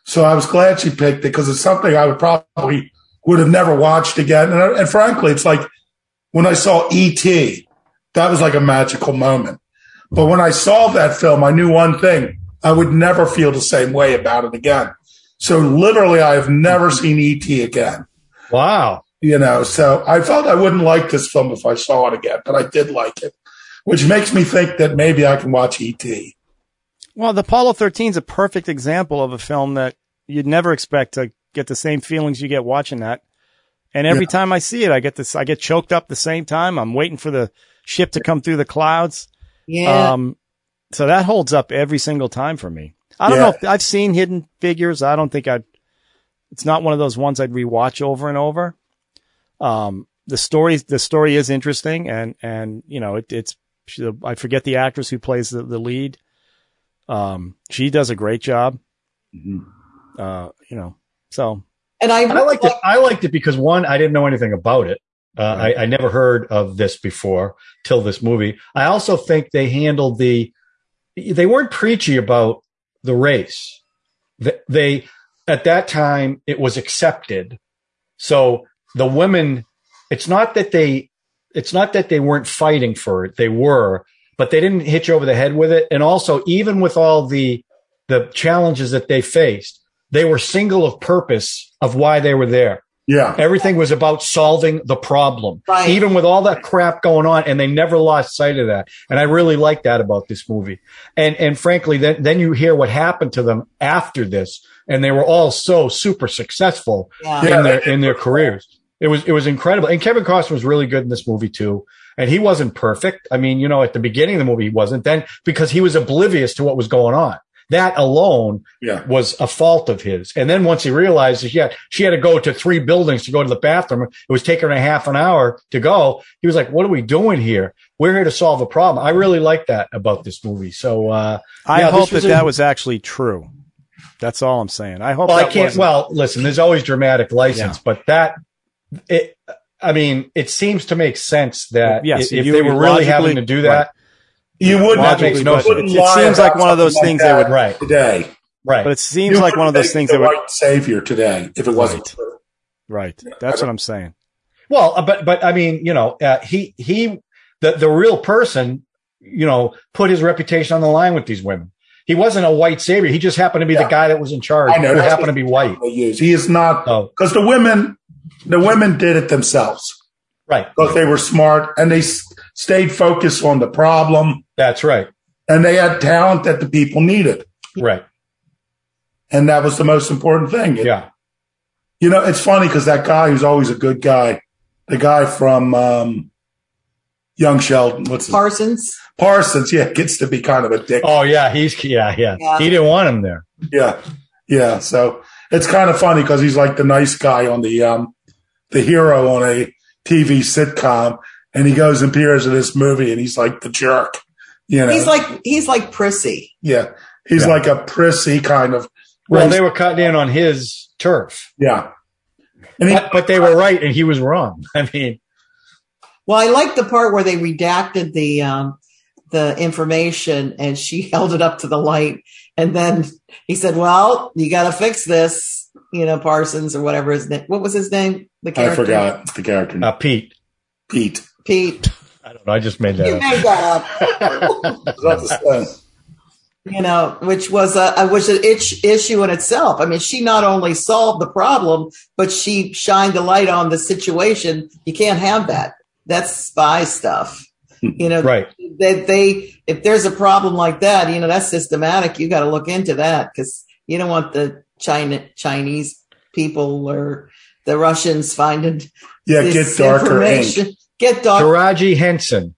So I was glad she picked it because it's something I would probably would have never watched again. And, I- and frankly, it's like when I saw E.T., that was like a magical moment. But when I saw that film, I knew one thing. I would never feel the same way about it again. So literally, I have never seen E.T. again, Wow. you know, so I felt I wouldn't like this film if I saw it again, but I did like it, which makes me think that maybe I can watch E E.T. well, the Apollo 13 is a perfect example of a film that you'd never expect to get the same feelings you get watching that. And every time I see it, I get this, I get choked up the same time. I'm waiting for the ship to come through the clouds. Yeah. Um, so that holds up every single time for me. I don't Yeah. know if I've seen Hidden Figures. I don't think I'd, it's not one of those ones I'd rewatch over and over. Um, the story, the story is interesting and, and, you know, it, it's, she, I forget the actress who plays the, the lead. Um, she does a great job. Mm-hmm. Uh, you know, so and I, And I liked it. I liked it because one, I didn't know anything about it. Uh, I, I never heard of this before till this movie. I also think they handled the. They weren't preachy about the race. Th- They, at that time, it was accepted. So the women, it's not that they, it's not that they weren't fighting for it. They were, but they didn't hit you over the head with it. And also, even with all the the challenges that they faced, they were single of purpose of why they were there. Yeah. Everything was about solving the problem, Right. even with all that crap going on, and they never lost sight of that. And I really like that about this movie. And and frankly, then then you hear what happened to them after this, and they were all so super successful yeah. Yeah. in their in their careers. It was it was incredible. And Kevin Costner was really good in this movie too. And he wasn't perfect. I mean, you know, at the beginning of the movie he wasn't then because he was oblivious to what was going on. That alone Yeah. was a fault of his. And then once he realized that she had, she had to go to three buildings to go to the bathroom, it was taking her a half an hour to go. He was like, what are we doing here? We're here to solve a problem. I really like that about this movie. So, uh, I Yeah, this hope that was a- that was actually true. That's all I'm saying. I hope well, I that can't. wasn't- Well, listen, there's always dramatic license, but that it I mean, it seems to make sense that Yes, if you- they were really logically- having to do that, You would not Logically, you no but sense. wouldn't it, it lie seems about like one of those something things like they would. that right, today. right, But it seems You like one of those things wouldn't make they the would. right savior today if it wasn't Right. true. Right. That's what I'm saying. Well, uh, but but I mean, you know, uh, he he the the real person, you know, put his reputation on the line with these women. He wasn't a white savior. He just happened to be the Yeah. guy that was in charge. I know, who that's happened to be white. They use. He is not Oh, because the women, the women did it themselves right. because they were smart and they s- stayed focused on the problem That's right. and they had talent that the people needed, Right. and that was the most important thing. Yeah. You know, it's funny because that guy who's always a good guy, the guy from um, Young Sheldon, what's his Parsons. Parsons, yeah, gets to be kind of a dick. Oh yeah. He's yeah yeah. Yeah. He didn't want him there. Yeah, yeah. So it's kind of funny because he's like the nice guy on the um, the hero on a TV sitcom, and he goes and appears in this movie, and he's like the jerk. You know, He's like he's like prissy. yeah, he's Yeah. like a prissy kind of. Well, they were cutting in on his turf, yeah, and he, but, but they were right and he was wrong. I mean, Well, I like the part where they redacted the um, the information, and she held it up to the light, and then he said, "Well, you got to fix this." You know, Parsons or whatever his name. What was his name? The I character. forgot the character uh, Pete. Pete. Pete. I don't know. I just made that. You up. made that up. you know, which was a a- was an itch, issue in itself. I mean, she not only solved the problem, but she shined the light on the situation. You can't have that. That's spy stuff. Hmm. You know, Right. that they if there's a problem like that, you know, that's systematic. You got to look into that because you don't want the China Chinese people or the Russians finding Yeah, this get darker ink. information. Get darker. Taraji Henson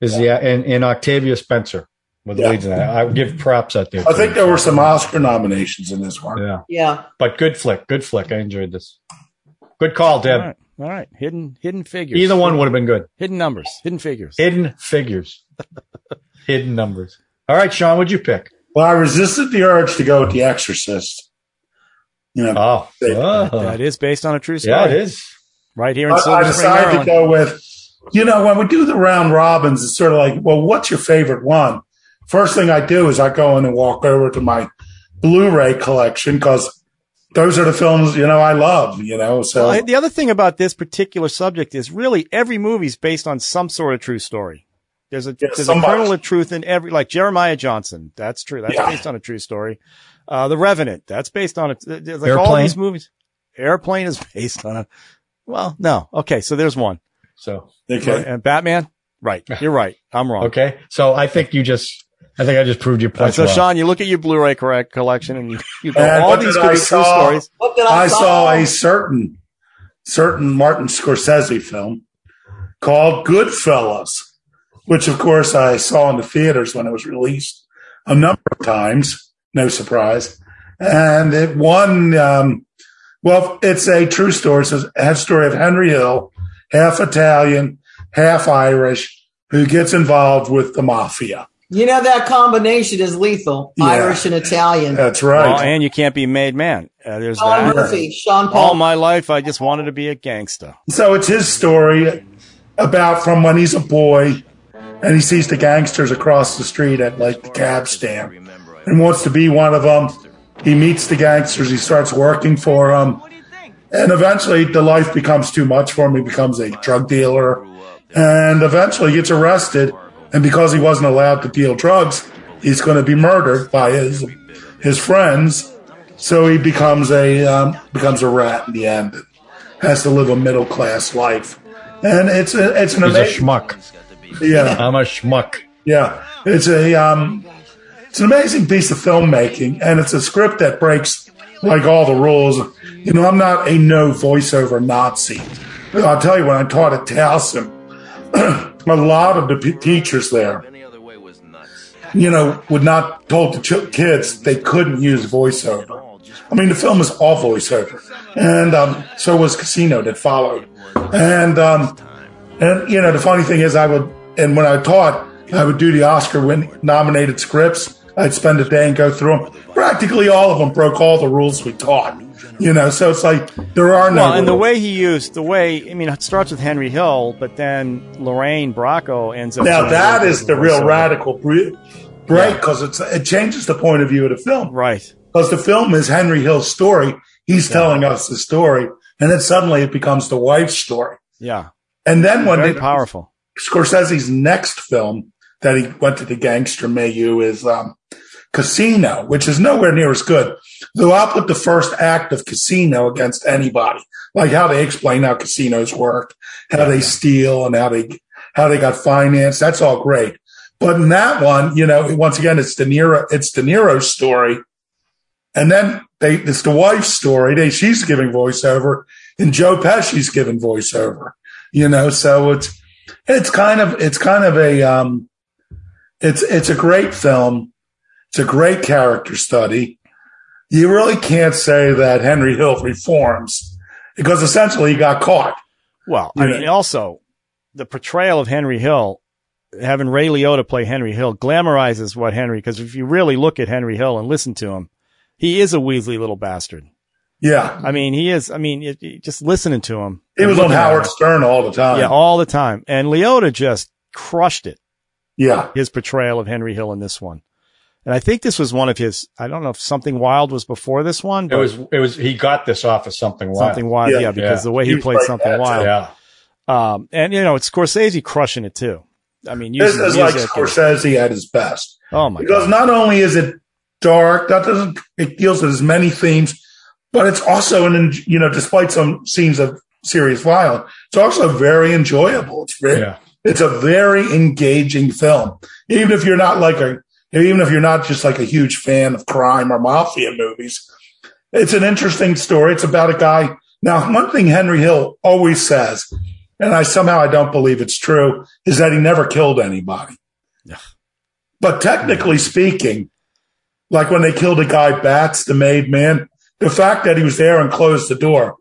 is the and, and Octavia Spencer with the Yeah. leads in that. I would give props out there. I think there were some Oscar nominations in this one. yeah, Yeah, but good flick, good flick. I enjoyed this. Good call, All Deb. right. All right. Hidden hidden figures. Either one would have been good. Hidden numbers. Hidden figures. Hidden figures, hidden numbers. All right, Sean, what'd you pick? Well, I resisted the urge to go with The Exorcist. You know, Oh, oh. that is based on a true story. yeah, it is. Right here in I, I Silver Spring, decided to Maryland. go with, you know, when we do the round robins, it's sort of like, well, what's your favorite one? First thing I do is I go in and walk over to my Blu-ray collection because those are the films you know I love. You know, so Well, the other thing about this particular subject is really every movie is based on some sort of true story. There's a Yeah, there's a somebody. kernel of truth in every like Jeremiah Johnson. That's true. That's Yeah. based on a true story. Uh, the Revenant. That's based on a th- th- like all Airplane. these movies. Airplane is based on a. Well, no. Okay, so there's one. So okay. And Batman. Right. You're right. I'm wrong. okay, so I think you just, I think I just proved your All right, point. so well. Sean, you look at your Blu-ray correct collection, and you, you go And all what these did could I be true saw? stories. what did I, I saw a certain certain Martin Scorsese film called Goodfellas, which of course I saw in the theaters when it was released a number of times, no surprise. And it won um, well, it's a true story. It's a half story of Henry Hill, half Italian, half Irish, who gets involved with the mafia. You know that combination is lethal. Yeah. Irish and Italian. That's Well, right. Oh, and you can't be made man. Uh, there's Sean that. Murphy, Sean All Paul. my life, I just wanted to be a gangster. So it's his story about from when he's a boy and he sees the gangsters across the street at like the cab stand and wants to be one of them. He meets the gangsters, he starts working for them. And eventually the life becomes too much for him. He becomes a drug dealer and eventually gets arrested. And because he wasn't allowed to deal drugs, he's going to be murdered by his, his friends. So he becomes a, um, becomes a rat in the end has to live a middle class life, and it's a, it's an he's a amazing schmuck. yeah I'm a schmuck. yeah it's a um it's an amazing piece of filmmaking, and it's a script that breaks like all the rules. You know, I'm not a no voiceover Nazi. But I'll tell you, when I taught at Towson, a lot of the p- teachers there, you know, would not told the ch- kids they couldn't use voiceover. I mean, the film is all voiceover, and um, so was Casino that followed. And um, and you know, the funny thing is, I would and when I taught, I would do the Oscar win nominated scripts. I'd spend a day and go through them. Practically all of them broke all the rules we taught. You know, so it's like there are no. Well, and the rules. way he used the way I mean, it starts with Henry Hill, but then Lorraine Bracco ends up. now that as is a the real voiceover. radical bre- break because it's it changes the point of view of the film Right. because the film is Henry Hill's story. He's telling us the story, and then suddenly it becomes the wife's story. Yeah. And then when Very they- powerful. Scorsese's next film that he went to the gangster milieu is um, Casino, which is nowhere near as good. Though I'll put the first act of Casino against anybody, like how they explain how casinos work, how they steal, and how they how they got financed. That's all great. But in that one, you know, once again, it's De Niro. It's De Niro's story, and then they it's the wife's story. They she's giving voiceover, and Joe Pesci's giving voiceover. You know, so it's it's kind of it's kind of a um it's it's a great film it's a great character study you really can't say that henry hill reforms because essentially he got caught Well, I Yeah. mean, also the portrayal of Henry Hill, having Ray Liotta play Henry Hill, glamorizes what Henry. Because if you really look at Henry Hill and listen to him, he is a Weasley little bastard. yeah I mean, he is. I mean, it, it- just listening to him, he was on Looking at howard him. stern all the time yeah, Oh, yeah, all the time. And Leota just crushed it. His portrayal of Henry Hill in this one, and I think this was one of his. I don't know if something wild was before this one, It but was it was he got this off of something wild. something wild. Yeah, Yeah, because the yeah. way he, He was played like something that, wild. Yeah. Um, and you know, it's Scorsese crushing it too. I mean, this using is like music and- scorsese at his best Oh my because god! not only is it dark that doesn't it deals with as many themes but it's also an en- you know despite some scenes of serious violence it's also very enjoyable it's very Yeah. it's a very engaging film. Even if you're not like a, even if you're not just like a huge fan of crime or mafia movies, it's an interesting story. It's about a guy. Now, one thing Henry Hill always says, and I somehow I don't believe it's true, is that he never killed anybody. But technically speaking, like when they killed a guy, Bats, the made man, the fact that he was there and closed the door,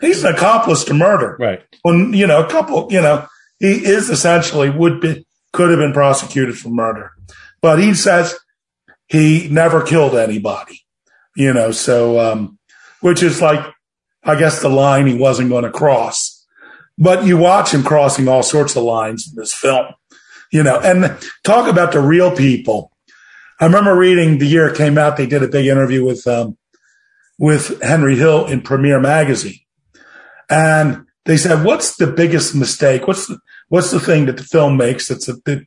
he's an accomplice to murder Right. on you know a couple you know he is essentially would be could have been prosecuted for murder but he says he never killed anybody you know so um which is like i guess the line he wasn't going to cross but you watch him crossing all sorts of lines in this film you know and talk about the real people i remember reading the year it came out they did a big interview with um with henry hill in premiere magazine and they said, "What's the biggest mistake? What's the, what's the thing that the film makes that's a bit,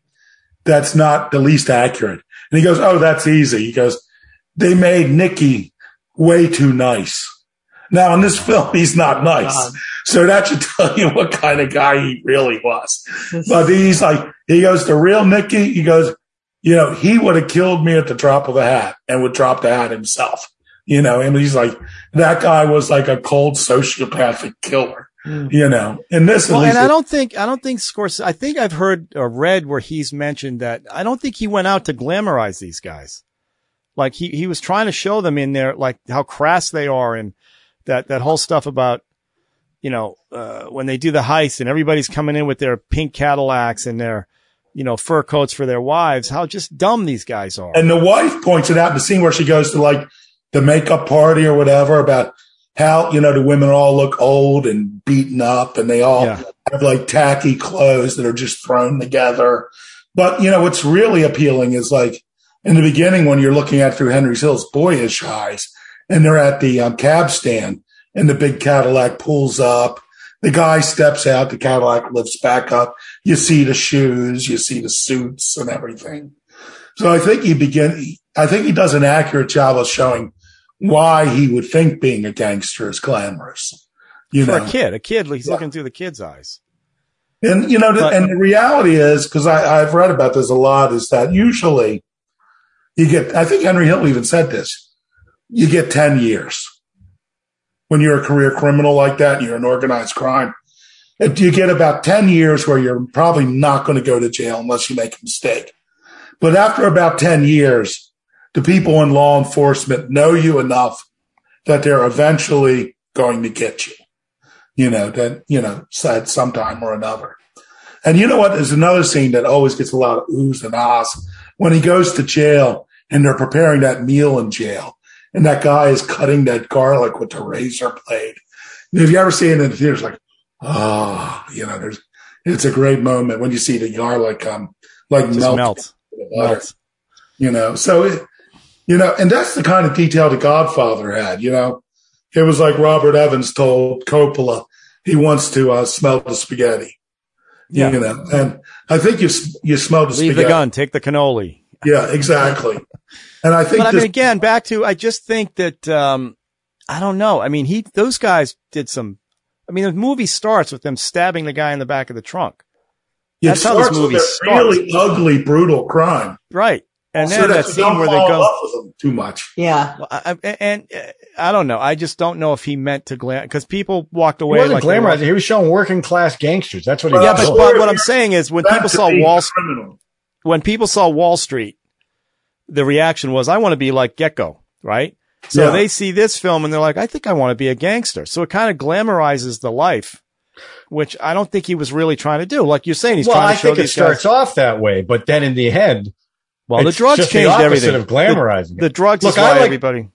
that's not the least accurate?" And he goes, "Oh, that's easy." He goes, "They made Nicky way too nice." Now in this film, he's not nice, God. so that should tell you what kind of guy he really was. This But he's like, he goes, "The real Nicky." He goes, "You know, he would have killed me at the drop of a hat and would drop the hat himself." You know, and he's like, that guy was like a cold sociopathic killer Mm. you know. And this, Hmm. Well, at least, and I don't think I don't think Scorsese. I think I've heard or read where he's mentioned that I don't think he went out to glamorize these guys. Like he he was trying to show them in there like how crass they are and that that whole stuff about you know uh, when they do the heist and everybody's coming in with their pink Cadillacs and their you know fur coats for their wives. How just dumb these guys are. and the wife points it out in the scene where she goes to like the makeup party or whatever about how you know the women all look old and beaten up, and they all Yeah. have like tacky clothes that are just thrown together. But you know what's really appealing is like in the beginning when you're looking at through Henry Hill's boyish eyes, and they're at the um, cab stand, and the big Cadillac pulls up. The guy steps out, the Cadillac lifts back up. You see the shoes, you see the suits and everything. So I think he begin. I think he does an accurate job of showing why he would think being a gangster is glamorous. You for know, a kid, a kid, he's Yeah. looking through the kid's eyes. and you know, the But- and the reality is because I've read about this a lot is that usually you get. I think Henry Hill even said this. You get ten years when you're a career criminal like that. and You're an organized crime. If You get about ten years where you're probably not going to go to jail unless you make a mistake. But after about ten years, the people in law enforcement know you enough that they're eventually going to get you you know, that, you know, at some time or another. And you know what? There's another scene that always gets a lot of oohs and ahs when he goes to jail and they're preparing that meal in jail and that guy is cutting that garlic with the razor blade. And if you ever see it in the theaters, like, ah, you know, there's, it's a great moment when you see the garlic, um, like Just melt, melt. in the butter, Melt. you know, so it, you know, and that's the kind of detail the Godfather had, you know, it was like Robert Evans told Coppola, he wants to uh, smell the spaghetti. Yeah. You know, and I think you s- you smell the Leave spaghetti. the gun, take the cannoli. Yeah, exactly. And I think But I this, mean, again, back to I just think that um, I don't know. I mean, he those guys did some. I mean, the movie starts with them stabbing the guy in the back of the trunk, it that's how this starts with movie a starts. really ugly, brutal crime. right? And then So that that's- scene don't where they follow go. up with them too much. Yeah. Well, I, I- and uh, I don't know. I just don't know if he meant to glam because people walked He away wasn't like they were- glamorizing. He was showing working class gangsters. That's what he Yeah, was But, doing. Sure, but what I'm you're- saying is, when That people to saw me is Wall Street, criminal. when people saw Wall Street, the reaction was, "I want to be like Gecko," right? So Yeah. they see this film and they're like, "I think I want to be a gangster." So it kind of glamorizes the life, which I don't think he was really trying to do. Like you're saying, he's well, trying to I show think it these starts guys. off that way, but then in the end, Well, the it's drugs just changed the opposite everything. of glamorizing. it. The drugs Look, is I why like- everybody.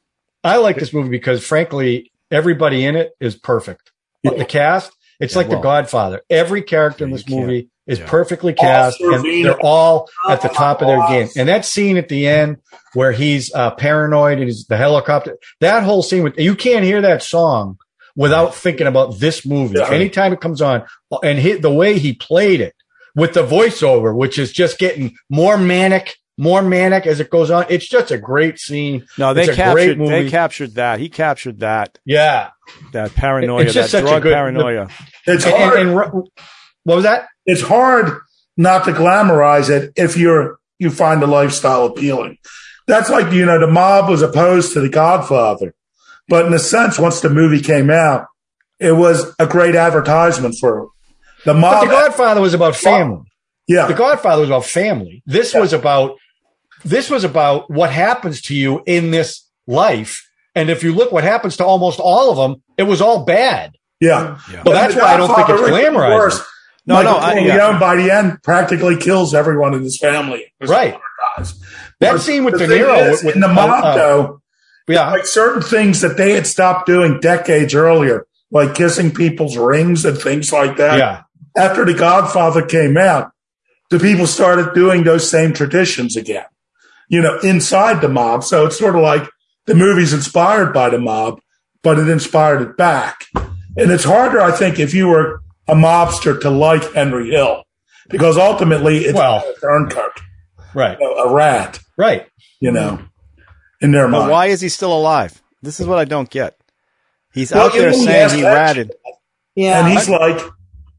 I like this movie because, frankly, everybody in it is perfect. The cast, it's Yeah, like well. The Godfather. Every character in Yeah, this you can't- movie is yeah. perfectly cast, and Servino. they're all at the top of their game. And that scene at the end where he's uh, paranoid and he's the helicopter, that whole scene with you can't hear that song without thinking about this movie. Yeah. Anytime it comes on, and he, the way he played it with the voiceover, which is just getting more manic. More manic as it goes on. It's just a great scene. No, they It's a great captured. They movie. captured that. He captured that. Yeah. That paranoia. It's just that such a drug good- paranoia. It's and, hard. and- and ru- what was that? it's hard not to glamorize it if you're you find the lifestyle appealing. That's like you know the mob was opposed to the Godfather, but in a sense, once the movie came out, it was a great advertisement for it. the But mob. The Godfather was about family. The yeah, Godfather was about family. This was about this was about what happens to you in this life. And if you look what happens to almost all of them, it was all bad. yeah. Well, that's why I don't think it's glamorized. No, No, Michael no, I- Corleone yeah. by the end practically kills everyone in his family. Right. Dies. That scene with The De thing Niro is, with in the mob, uh, uh, though, yeah, like certain things that they had stopped doing decades earlier, like kissing people's rings and things like that. yeah, After The Godfather came out, the people started doing those same traditions again, you know, inside the mob. So it's sort of like the movie's inspired by the mob, but it inspired it back. And it's harder, I think, if you were a mobster to like Henry Hill, because ultimately it's Well- Earnhardt, right, you know, a rat, right. you know, in their But mind. why is he still alive? This is what I don't get. He's Well, out there you know, he saying asked he that- ratted. Yeah. And he's like,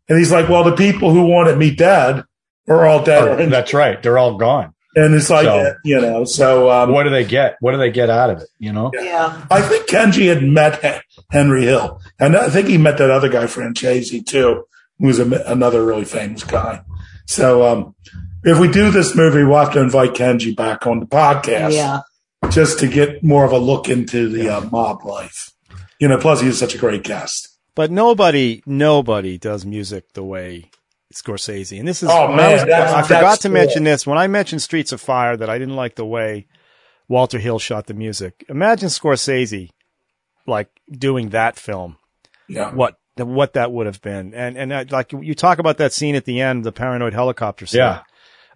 and he's like, well, the people who wanted me dead are all dead. Oh, that's right. They're all gone. and it's like, So- you know, so um, What do they get? What do they get out of it? You know? yeah. I think Kenji had met Hen- Henry Hill, and I think he met that other guy Francesi too, who was a, another really famous guy. So um, if we do this movie, we'll have to invite Kenji back on the podcast Yeah. just to get more of a look into the uh, mob life. You know, plus he was such a great guest. But nobody, nobody does music the way Scorsese. And this is, Oh, when man, I, was- that's- I forgot that's to cool. mention this when I mentioned Streets of Fire that I didn't like the way Walter Hill shot the music. Imagine Scorsese like doing that film. Yeah, What what that would have been. And and uh, like you talk about that scene at the end, the paranoid helicopter scene. Yeah.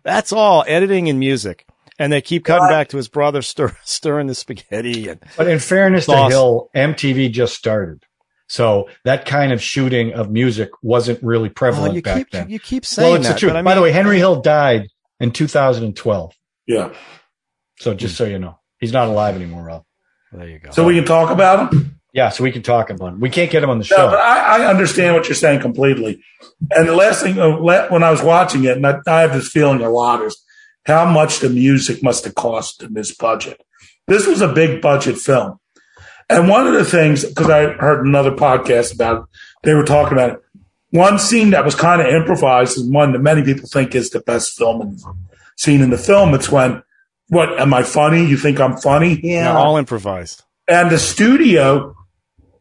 That's all editing and music. And they keep cutting back to his brother stir, stirring the spaghetti and But in fairness Sauce. to Hill, MTV just started. So that kind of shooting of music wasn't really oh, prevalent you back keep then. you keep saying Well, it's that. the truth. but I By the mean- way, Henry Hill died in 2012. yeah. So just so you know, he's not alive anymore, Ralph. there you go. So we can talk about him. Yeah, so we can talk about him. We can't get him on the No, but show. I, I understand what you're saying completely. And the last thing, uh, la- when I was watching it, and I, I have this feeling a lot is how much the music must have cost in this budget. This was a big budget film. And one of the things, because I heard another podcast about it, they were talking about it. One scene that was kind of improvised and one that many people think is the best film in, scene in the film. It's when, what, am I funny? You think I'm funny? They're Yeah. all improvised. and the studio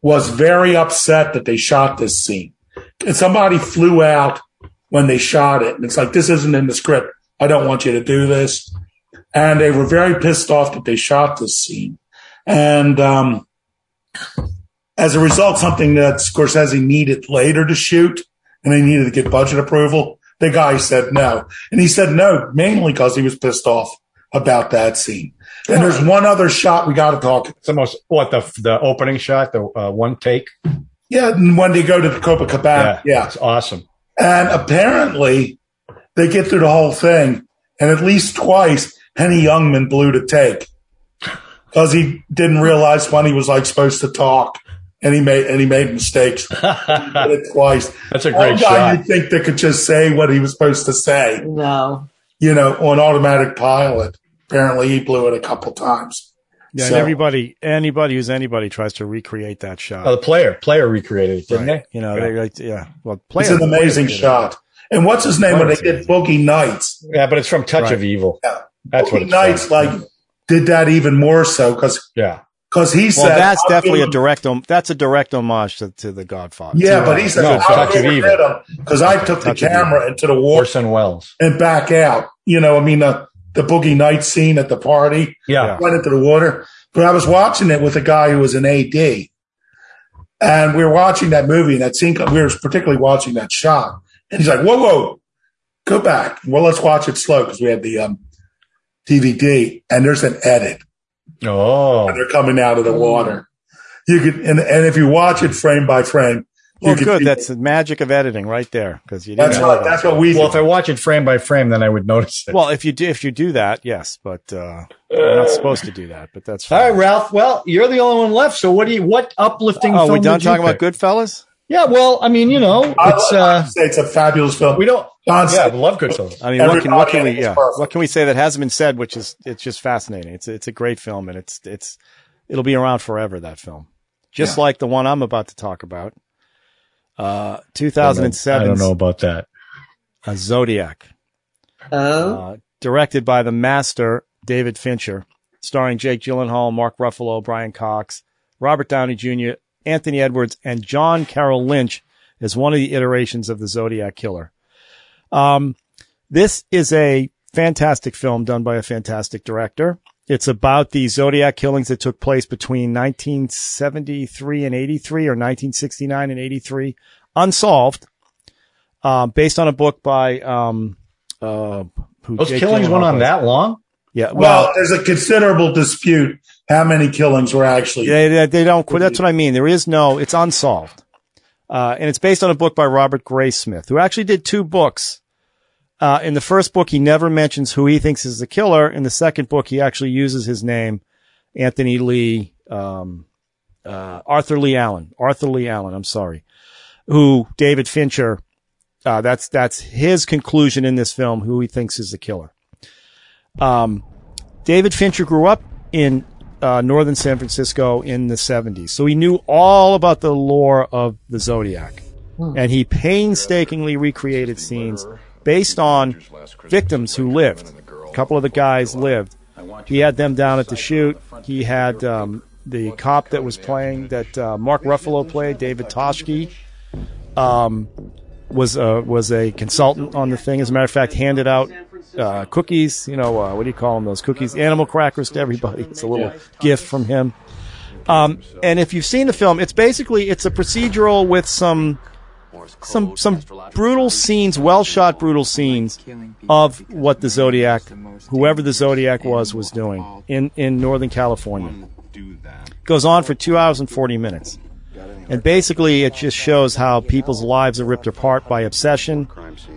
was very upset that they shot this scene. And somebody flew out when they shot it, and it's like this isn't in the script. I don't want you to do this. And they were very pissed off that they shot this scene. And um, as a result, something that Scorsese needed later to shoot and they needed to get budget approval, the guy said no. And he said no mainly because he was pissed off about that scene. And there's one other shot we got to talk It's the most what the the opening shot, the uh, one take. Yeah, and when they go to the Copacabana. Uh, Yeah. it's awesome. And apparently they get through the whole thing. And at least twice, Henny Youngman blew the take because he didn't realize when he was like supposed to talk and he made, and he made mistakes He did it twice. That's a One great guy shot. Oh, you think that could just say what he was supposed to say, No. you know, on automatic pilot. Apparently he blew it a couple times. Yeah, So- and everybody, anybody who's anybody tries to recreate that shot. Oh, the player player recreated it, didn't Right. they? You know, they like, yeah. Well, It's player- an amazing player- shot. And what's his name when they Right. did Boogie Nights? Yeah, but it's from Touch Right. of Evil. Yeah. That's what it's Boogie Nights from. like did that even more so because Yeah, because he Well, said that's "I'll definitely give a him-" direct. Om- that's a direct homage to, to the Godfather. yeah, but he said No, it's I'll Touch of go Evil. get him because I took the Touch of camera into the war Orson Welles. and back out. You know, I mean the the Boogie Nights scene at the party Yeah, went into the water. But I was watching it with a guy who was an AD, and we were watching that movie and that scene. We were particularly watching that shot, and he's like, "Whoa, whoa, go back." Well, let's watch it slow because we had the um, DVD, and there's an edit. when oh, they're coming out of the water. You could, and, and if you watch it frame by frame, you Well, could good. see- That's the magic of editing, right there. Because you didn't that's know right. that. That's what we well, if I did. watch it frame by frame, then I would notice it. Well, if you do, if you do that, yes, but uh, you're not supposed to do that. But that's All fine. right, Ralph. Well, you're the only one left. So what do you? What uplifting? Oh, we film done did you talking about pick? Goodfellas? Yeah. Well, I mean, you know, I, it's uh, say it's a fabulous film. we don't. John Yeah, I said- love Goodfellas. I mean, what can what can we Everybody in it is yeah, perfect. what can we say that hasn't been said? Which is it's just fascinating. It's it's a great film, and it's it's it'll be around forever. That film, just like the one I'm about to talk about, uh, I 2007. don't know about that. A Zodiac, Oh. uh, directed by the master David Fincher, starring Jake Gyllenhaal, Mark Ruffalo, Brian Cox, Robert Downey Jr., Anthony Edwards, and John Carroll Lynch as one of the iterations of the Zodiac Killer. Um, this is a fantastic film done by a fantastic director. It's about the Zodiac killings that took place between 1973 and 83 or 1969 and 83, unsolved, um, based on a book by, um, uh, who Those Jake killings went Gyllenhaal on was. that long. Yeah. well, there's a considerable dispute how many killings were actually. They, they, they don't. quit. That's what I mean. There is no. It's unsolved, uh, and it's based on a book by Robert Gray Smith, who actually did two books. Uh, in the first book, he never mentions who he thinks is the killer. In the second book, he actually uses his name, Anthony Lee, um, uh, Arthur Lee Allen, Arthur Lee Allen. I'm sorry, who David Fincher. Uh, that's that's his conclusion in this film. Who he thinks is the killer. Um, David Fincher grew up in uh, northern San Francisco in the 70s, so he knew all about the lore of the Zodiac. And he painstakingly recreated scenes based on victims who lived. A couple of the guys lived. He had them down at the shoot. He had um, the cop that was playing, that uh, Mark Ruffalo played, David Toshke. Um, was uh, was a consultant on the thing. As a matter of fact, handed out uh, cookies. You know, uh, what do you call them? Those cookies, animal crackers to everybody. It's a little gift from him. Um, and if you've seen the film, it's basically it's a procedural with some some some brutal scenes, well shot brutal scenes of what the Zodiac, whoever the Zodiac was, was doing in in Northern California. Goes on for two hours and forty minutes. And basically, it just shows how people's lives are ripped apart by obsession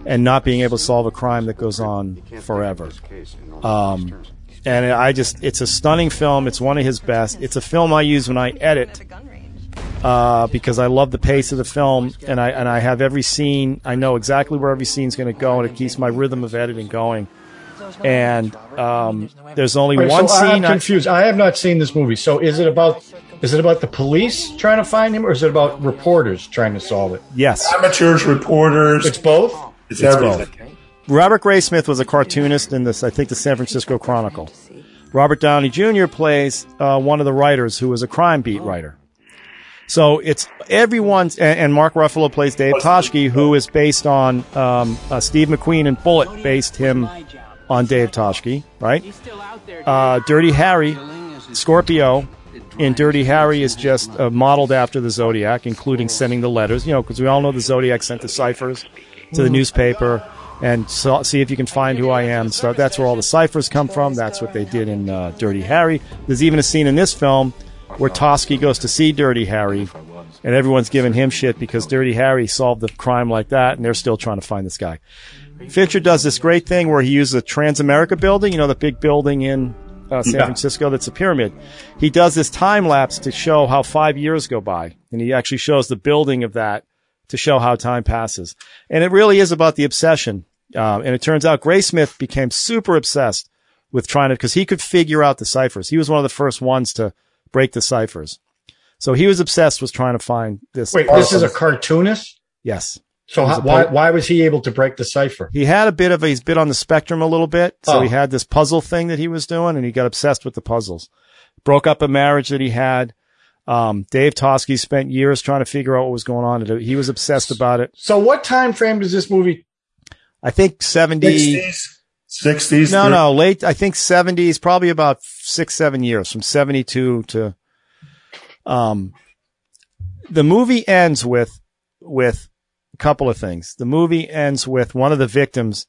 and not being able to solve a crime that goes on forever. Um, and I just, it's a stunning film. It's one of his best. It's a film I use when I edit uh, because I love the pace of the film, and I and I have every scene. I know exactly where every scene's going to go, and it keeps my rhythm of editing going. And um, there's only Wait, one so scene. I'm I, confused. I, have not seen this movie. So is it about is it about the police trying to find him, or is it about reporters trying to solve it? yes, Amateurs, reporters, It's it's, both. everything. Robert Gray Smith was a cartoonist in this, I think, the San Francisco Chronicle. Robert Downey Jr. plays uh, one of the writers who was a crime beat writer. So it's everyone's, and, and Mark Ruffalo plays Dave Toshke, who is based on um, uh, Steve McQueen and Bullet based him on Dave Toshke, right? Uh, Dirty Harry, Scorpio, in Dirty Harry is just uh, modeled after the Zodiac, including sending the letters. You know, because we all know the Zodiac sent the ciphers to the newspaper and so, see if you can find who I am. So that's where all the ciphers come from. That's what they did in uh, Dirty Harry. There's even a scene in this film where Toski goes to see Dirty Harry, and everyone's giving him shit because Dirty Harry solved the crime like that, and they're still trying to find this guy. Fincher does this great thing where he uses a Transamerica building, you know, the big building in uh, San Yeah. Francisco that's a pyramid. He does this time lapse to show how five years go by, and he actually shows the building of that to show how time passes. And it really is about the obsession. Um, and it turns out Gray Smith became super obsessed with trying to, because he could figure out the ciphers. He was one of the first ones to break the ciphers. So he was obsessed with trying to find this. Wait, this person. is a cartoonist. yes. So He's how, a why poet. why was he able to break the cipher? He had a bit of a, he's been on the spectrum a little bit. So Oh. he had this puzzle thing that he was doing and he got obsessed with the puzzles. Broke up a marriage that he had. Um, Dave Tosky spent years trying to figure out what was going on. He was obsessed about it. So what time frame does this movie? I think 70. Sixties, sixties. No, no, late. I think seventies, probably about six, seven years from seventy two to. Um, the movie ends with with a couple of things. The movie ends with one of the victims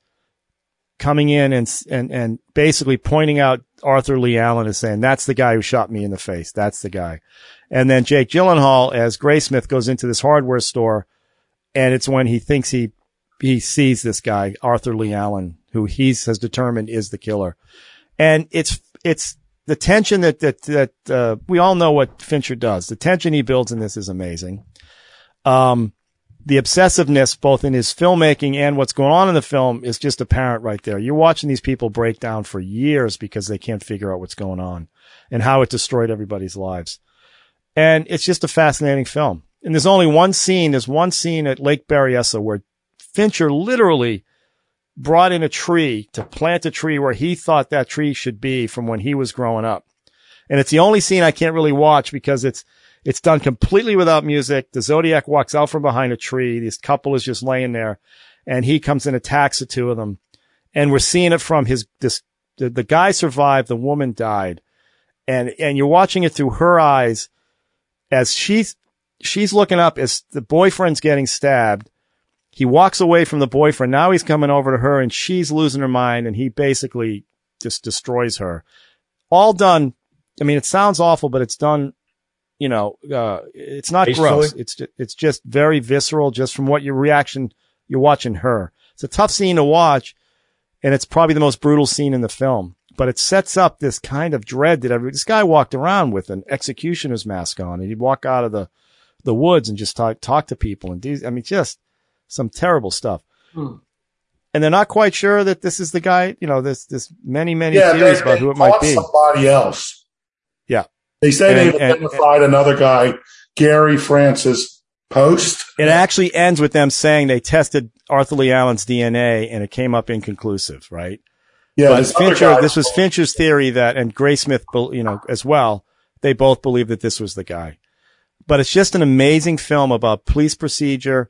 coming in and s- and and basically pointing out Arthur Lee Allen as saying that's the guy who shot me in the face. That's the guy. And then Jake Gyllenhaal as Graysmith goes into this hardware store, and it's when he thinks he he sees this guy Arthur Lee Allen, who he has determined is the killer, and it's it's the tension that that that uh, we all know what Fincher does. The tension he builds in this is amazing. Um, the obsessiveness, both in his filmmaking and what's going on in the film, is just apparent right there. You're watching these people break down for years because they can't figure out what's going on and how it destroyed everybody's lives. And it's just a fascinating film. And there's only one scene. There's one scene at Lake Berryessa where Fincher literally brought in a tree to plant a tree where he thought that tree should be from when he was growing up. And it's the only scene I can't really watch because it's it's done completely without music. The Zodiac walks out from behind a tree. This couple is just laying there, and he comes and attacks the two of them. And we're seeing it from his this the, the guy survived, the woman died, and and you're watching it through her eyes as she's she's looking up as the boyfriend's getting stabbed. He walks away from the boyfriend. Now he's coming over to her and she's losing her mind and he basically just destroys her. All done. I mean, it sounds awful, but it's done, you know, uh, it's not Tastefully? gross. It's just, it's just very visceral just from what your reaction, you're watching her. It's a tough scene to watch and it's probably the most brutal scene in the film, but it sets up this kind of dread that every, this guy walked around with an executioner's mask on and he'd walk out of the, the woods and just talk, talk to people and these, I mean, just some terrible stuff. And they're not quite sure that this is the guy, you know, there's, there's many, many Yeah, they, theories about they who it might caught be. somebody else. Yeah. They say And- they and- identified another guy, Gary Francis Post. It actually ends with them saying they tested Arthur Lee Allen's DNA and it came up inconclusive, right? Yeah, But this other Fincher, guy- this was Fincher's theory that, and Gray Smith, bel- you know, as well, they both believe that this was the guy. But it's just an amazing film about police procedure,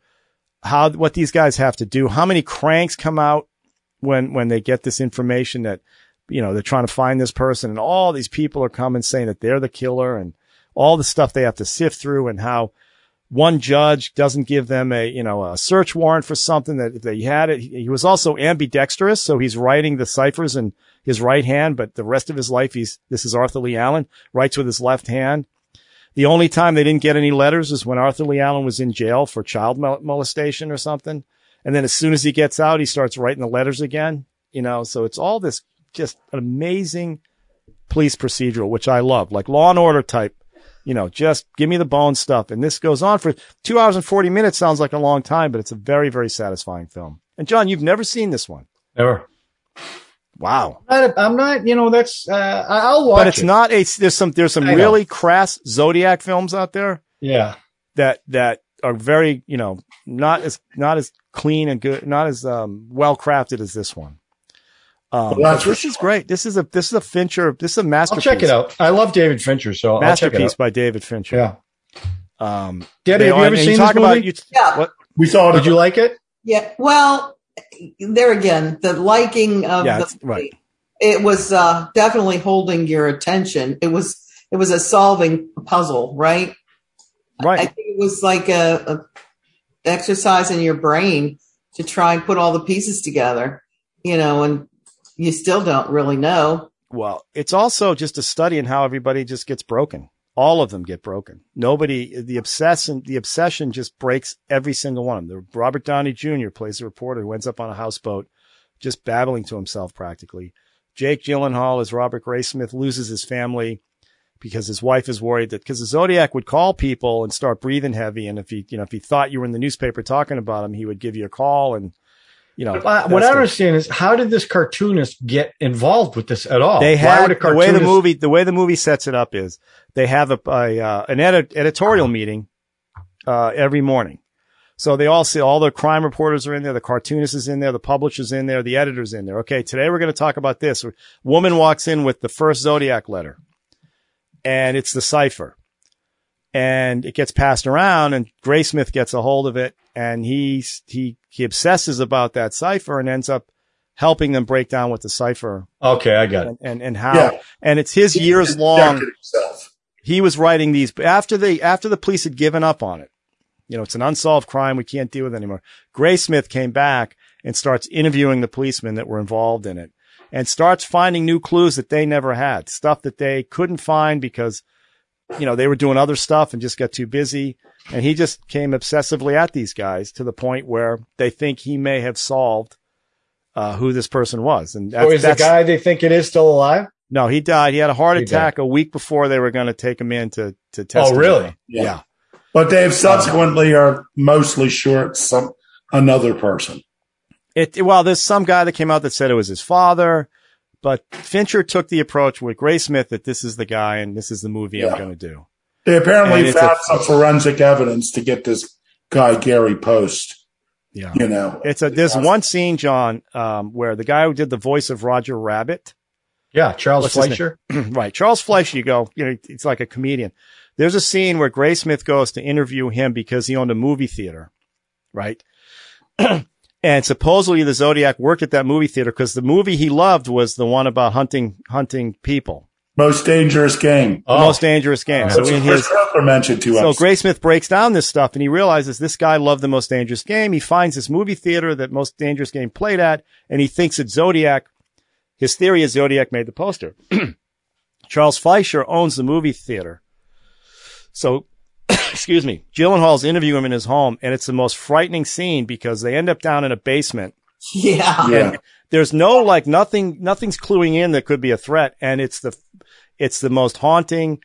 how, what these guys have to do, how many cranks come out when, when they get this information that, you know, they're trying to find this person and all these people are coming saying that they're the killer and all the stuff they have to sift through and how one judge doesn't give them a, you know, a search warrant for something that if they had it. He he was also ambidextrous. So he's writing the ciphers in his right hand, but the rest of his life, he's, this is Arthur Lee Allen, writes with his left hand. The only time they didn't get any letters is when Arthur Lee Allen was in jail for child mol- molestation or something. And then as soon as he gets out, he starts writing the letters again, you know, so it's all this just amazing police procedural, which I love, like law and order type, you know, just give me the bone stuff. And this goes on for two hours and 40 minutes. Sounds like a long time, but it's a very, very satisfying film. And John, you've never seen this one. Never. Wow. I'm not, I'm not, you know, that's, uh, I- I'll watch But it's it. not a, there's some, there's some I know. really crass Zodiac films out there Yeah. that, that are very, you know, not as, not as clean and good, not as, um, well crafted as this one. Um, Well, that's but this for is great. This is a, this is a Fincher, this is a I'll masterpiece. check it out. I love David Fincher, so I'll check it Masterpiece out. by David Fincher. Yeah. Um, Debbie, they have you are- ever and seen talk this about- movie? you- Yeah. what- we saw it. Did you like it? Yeah. Well, there again, the liking of Yeah, the it's- right. it was uh, definitely holding your attention. It was it was a solving puzzle, right? I Right. think it was like a, a exercise in your brain to try and put all the pieces together, you know, and you still don't really know. Well, it's also just a study in how everybody just gets broken. All of them get broken. Nobody, the obsession, the obsession just breaks every single one of them. The Robert Downey Jr. plays the reporter who ends up on a houseboat, just babbling to himself practically. Jake Gyllenhaal as Robert Gray Smith loses his family because his wife is worried that because the Zodiac would call people and start breathing heavy, and if he, you know, if he thought you were in the newspaper talking about him, he would give you a call and, you know, But what that's I the- understand is how did this cartoonist get involved with this at all? They Why had would a the way the cartoonist- movie the way the movie sets it up is they have a, a uh, an edit, editorial meeting uh, every morning. So they all see all the crime reporters are in there, the cartoonist is in there, the publisher's in there, the editor's in there. Okay, today we're going to talk about this. Woman walks in with the first Zodiac letter, and it's the cipher, and it gets passed around, and Gray Smith gets a hold of it, and he he he obsesses about that cipher and ends up helping them break down what the cipher Okay, I got it. and and, and how Yeah. and it's his years long Protected himself. he was writing these but after they after the police had given up on it you know it's an unsolved crime we can't deal with it anymore gray smith came back and starts interviewing the policemen that were involved in it and starts finding new clues that they never had stuff that they couldn't find because you know they were doing other stuff and just got too busy and he just came obsessively at these guys to the point where they think he may have solved uh, who this person was and that's, So is the that's- guy they think it is still alive? no, he died. He had a heart He attack a week before they were going to take him in to to test. Oh, him. really? Yeah. Yeah. But they have subsequently are mostly sure it's some another person. It well, there's some guy that came out that said it was his father, but Fincher took the approach with Gray Smith that this is the guy and this is the movie I'm Yeah. going to do. They And apparently it's a- found some forensic evidence to get this guy Gary Post. Yeah. You know, It's a there's Awesome. one scene, John, um, where the guy who did the voice of Roger Rabbit, Yeah, Charles What's his Fleischer. right? Charles Fleischer. You go, you know, it's like a comedian. There's a scene where Gray Smith goes to interview him because he owned a movie theater, right? and supposedly the Zodiac worked at that movie theater because the movie he loved was the one about hunting hunting people, most dangerous game. the most dangerous game. So That's in what his Chris Cutler mentioned to so us. Gray Smith breaks down this stuff and he realizes this guy loved the most dangerous game. He finds this movie theater that most dangerous game played at, and he thinks that Zodiac, his theory is Zodiac made the poster. Charles Fleischer owns the movie theater. So, excuse me, Gyllenhaal's interviewing him in his home, and it's the most frightening scene because they end up down in a basement Yeah. Yeah. there's no like nothing nothing's cluing in that could be a threat and it's the it's the most haunting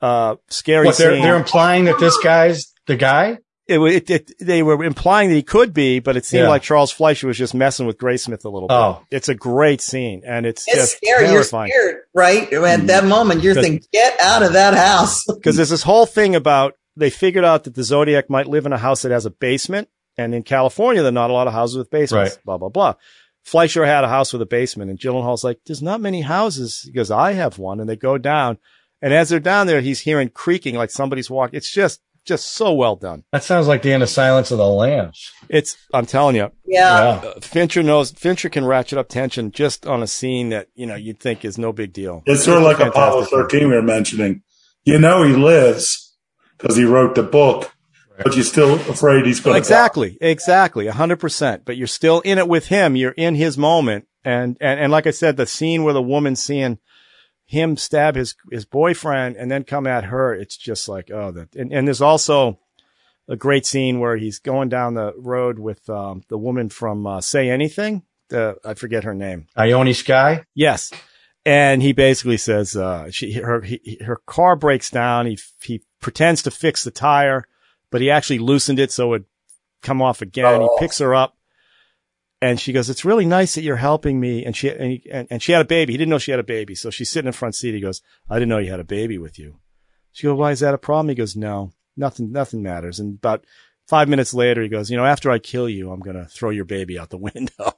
uh scary What, they're, scene. they're implying that this guy's the guy? it, wa- it, it, they were implying that he could be but it seemed Yeah. like Charles Fleischer was just messing with Gray Smith a little bit. Oh. It's a great scene and it's, It's just scary. terrifying. You're scared, right? At that moment, you're Good. thinking, get out of that house. Because there's this whole thing about they figured out that the Zodiac might live in a house that has a basement, and in California there are not a lot of houses with basements. Right. Blah blah blah. Fleischer had a house with a basement, and Gyllenhaal's like, "There's not many houses." He goes, "I have one," and they go down, and as they're down there, he's hearing creaking like somebody's walking. It's just just so well done. That sounds like the end of Silence of the Lambs. It's I'm telling you, yeah. Uh, yeah. Fincher knows Fincher can ratchet up tension just on a scene that you know you'd think is no big deal. It's sort of like a Apollo fantastic film. 13 we were mentioning. You know he lives because he wrote the book, but you're still afraid he's going to Exactly, exactly, a hundred percent. But you're still in it with him. You're in his moment, and and and like I said, the scene where the woman's seeing him stab his his boyfriend and then come at her, it's just like oh, that. And, and there's also a great scene where he's going down the road with um, the woman from uh, Say Anything. Uh, I forget her name. Ione Sky? Yes. And he basically says, uh, she, her, he, her car breaks down. He, he pretends to fix the tire, but he actually loosened it so it would come off again. He picks her up and she goes, it's really nice that you're helping me. And she, and, he- and, and she had a baby. He didn't know she had a baby. So she's sitting in the front seat. He goes, I didn't know you had a baby with you. She goes, why is that a problem? He goes, no, nothing, nothing matters. And about five minutes later, he goes, you know, after I kill you, I'm going to throw your baby out the window.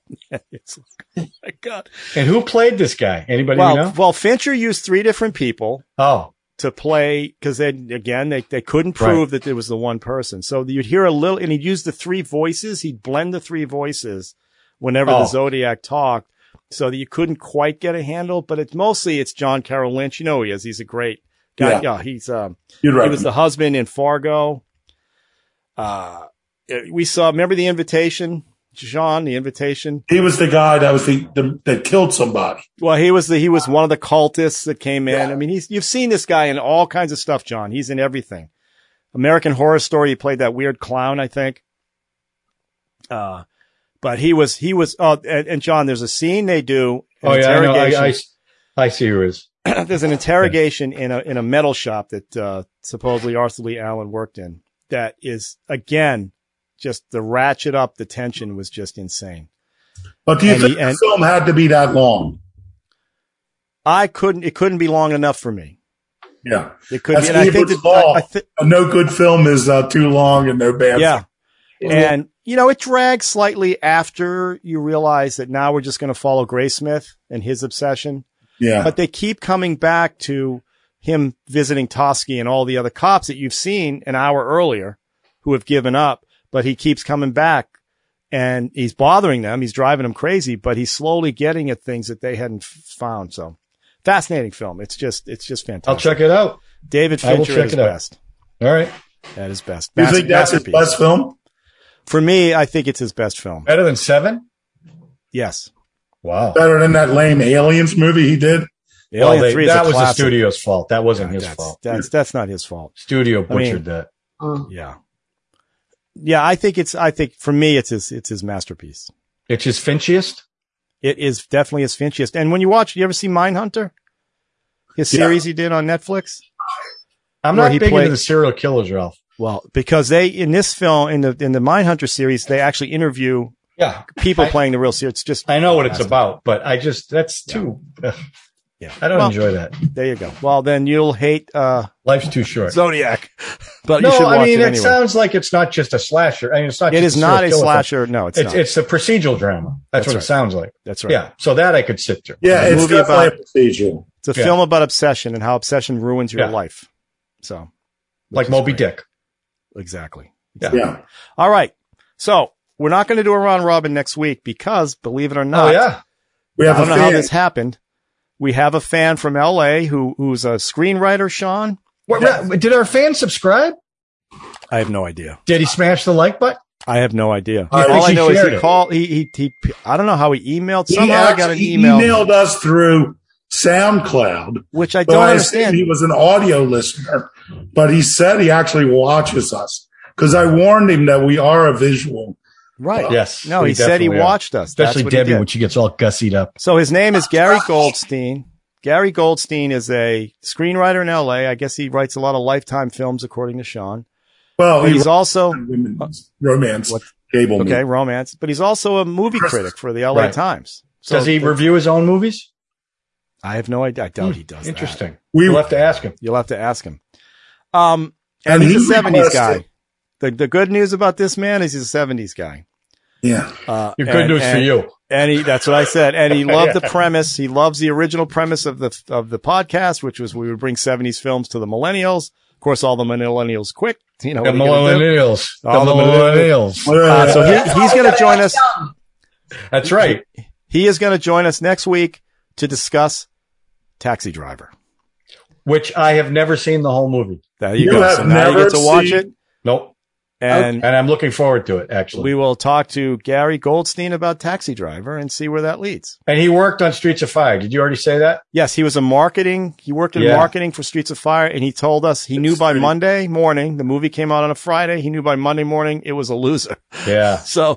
it's like, oh my God. And who played this guy? Anybody Well, you know? well, Fincher used three different people Oh, to play because they again they, they couldn't prove that it was the one person. So you'd hear a little, and he'd use the three voices. He'd blend the three voices whenever the Oh. Zodiac talked, so that you couldn't quite get a handle. But it's mostly it's John Carroll Lynch. You know who he is. He's a great Guy, yeah. Yeah. he's um, You're right. he was the husband in Fargo. Uh, we saw. Remember the invitation, Jean? The invitation. he was the guy that was the, the that killed somebody. Well, he was the he was one of the cultists that came in. I mean, he's you've seen this guy in all kinds of stuff, John. He's in everything. American Horror Story. He played that weird clown, I think. Uh, but he was he was. Oh, and, and John, there's a scene they do. an Oh yeah, I know. interrogation. I, I, I see who it is. there's an interrogation in a in a metal shop that uh, supposedly Arthur Lee Allen worked in. That is again just the ratchet up. The tension was just insane. But do you And think he- the and- film had to be that long? I couldn't. It couldn't be long enough for me. Yeah. It could. Be, That's and I think Ebert's that I, I law. thi- A no good film is uh, too long and no bad. yeah. And you know, it drags slightly after you realize that now we're just going to follow Gray Smith and his obsession. Yeah. But they keep coming back to him visiting Toski and all the other cops that you've seen an hour earlier who have given up, but he keeps coming back and he's bothering them. He's driving them crazy, but he's slowly getting at things that they hadn't f- found. So fascinating film. It's just, it's just fantastic. I'll check it out. David I will Fincher check at his it out. best. All right, At his best. Do you think that's his Masterpiece. best film? For me, I think it's his best film. better than seven. Yes. Wow. Better than that lame Aliens movie he did? The Well, Alien they- 3 is a that was the classic. studio's fault. That wasn't his that's, fault. That's that's not his fault. Studio I mean- butchered that. Yeah. Yeah, I think it's I think for me it's his it's his masterpiece. It's his Finchiest. It is definitely his Finchiest. And when you watch, you ever see Mindhunter? His Yeah. series he did on Netflix? I'm Where not he big played- into the serial killers, Ralph. Well, because they in this film in the in the Mindhunter series, they actually interview Yeah, people I- playing the real series. It's just I know what it's Fantastic. about, but I just that's too. Yeah. I don't Well, enjoy that. There you go. Well, then you'll hate uh Life's too short. Zodiac. But you no, should watch I mean it it, anyway. sounds like it's not just a slasher. I mean, it's not. it just is not serial a killer film. slasher. No, it's, It's not. it's a procedural drama. That's That's, what right. it sounds like. That's right. Yeah, so that I could sit through. Yeah, The it's movie definitely about- a procedural. It's a Yeah. film about obsession and how obsession ruins your Yeah. life. So, like is Moby great. Dick. exactly. Yeah. Yeah. All right. So, we're not going to do a round robin next week because, believe it or not, Oh yeah, We I have a don't know how fan. this happened. We have a fan from LA who who's a screenwriter, Sean. What- Ra- did our fan subscribe? I have no idea. Did he smash the like button? I have no idea. I All think I he know is shared he it. called. He, he he I don't know how he emailed. He Somehow I got an actually email, emailed us through SoundCloud. which I So don't I assume understand. he was an audio listener, but he said he actually watches us because I warned him that we are a visual. right? Yes. No, we he said he definitely are. watched us. That's Especially what he Debbie did. when she gets all gussied up. So his name is Gary Goldstein. Gary Goldstein is a screenwriter in LA. I guess he writes a lot of Lifetime films, according to Sean. Oh, Well, But he's he's also women's romance What? cable. okay Okay. romance, but he's also a movie critic for the LA Right. Times. So Does he th- review his own movies? I have no idea. I doubt he does. that. Interesting. We We'll have to ask him. You'll have to ask him. Um, and, And he's he a '70s guy. requested- The, the good news about this man is he's a '70s guy. yeah. Uh, Your good and- news for and- you. And he, that's what I said. And he loved the premise. He loves the original premise of the, of the podcast, which was we would bring seventies films to the millennials. Of course, all the millennials quit, you know, The what are you gonna do? millennials. The All the millennials. Uh, so he, he's going to join us. That's right. He is going to join us next week to discuss Taxi Driver. Which I have never seen the whole movie. There you, You go. have So now you get never to watch seen- it Nope. and And I'm looking forward to it, actually. we will talk to Gary Goldstein about Taxi Driver and see where that leads. and he worked on Streets of Fire. Did you already say that? Yes, he was a marketing. He worked in Yeah. marketing for Streets of Fire, and he told us he knew by Monday morning. The movie came out on a Friday. He knew by Monday morning it was a loser. Yeah. So,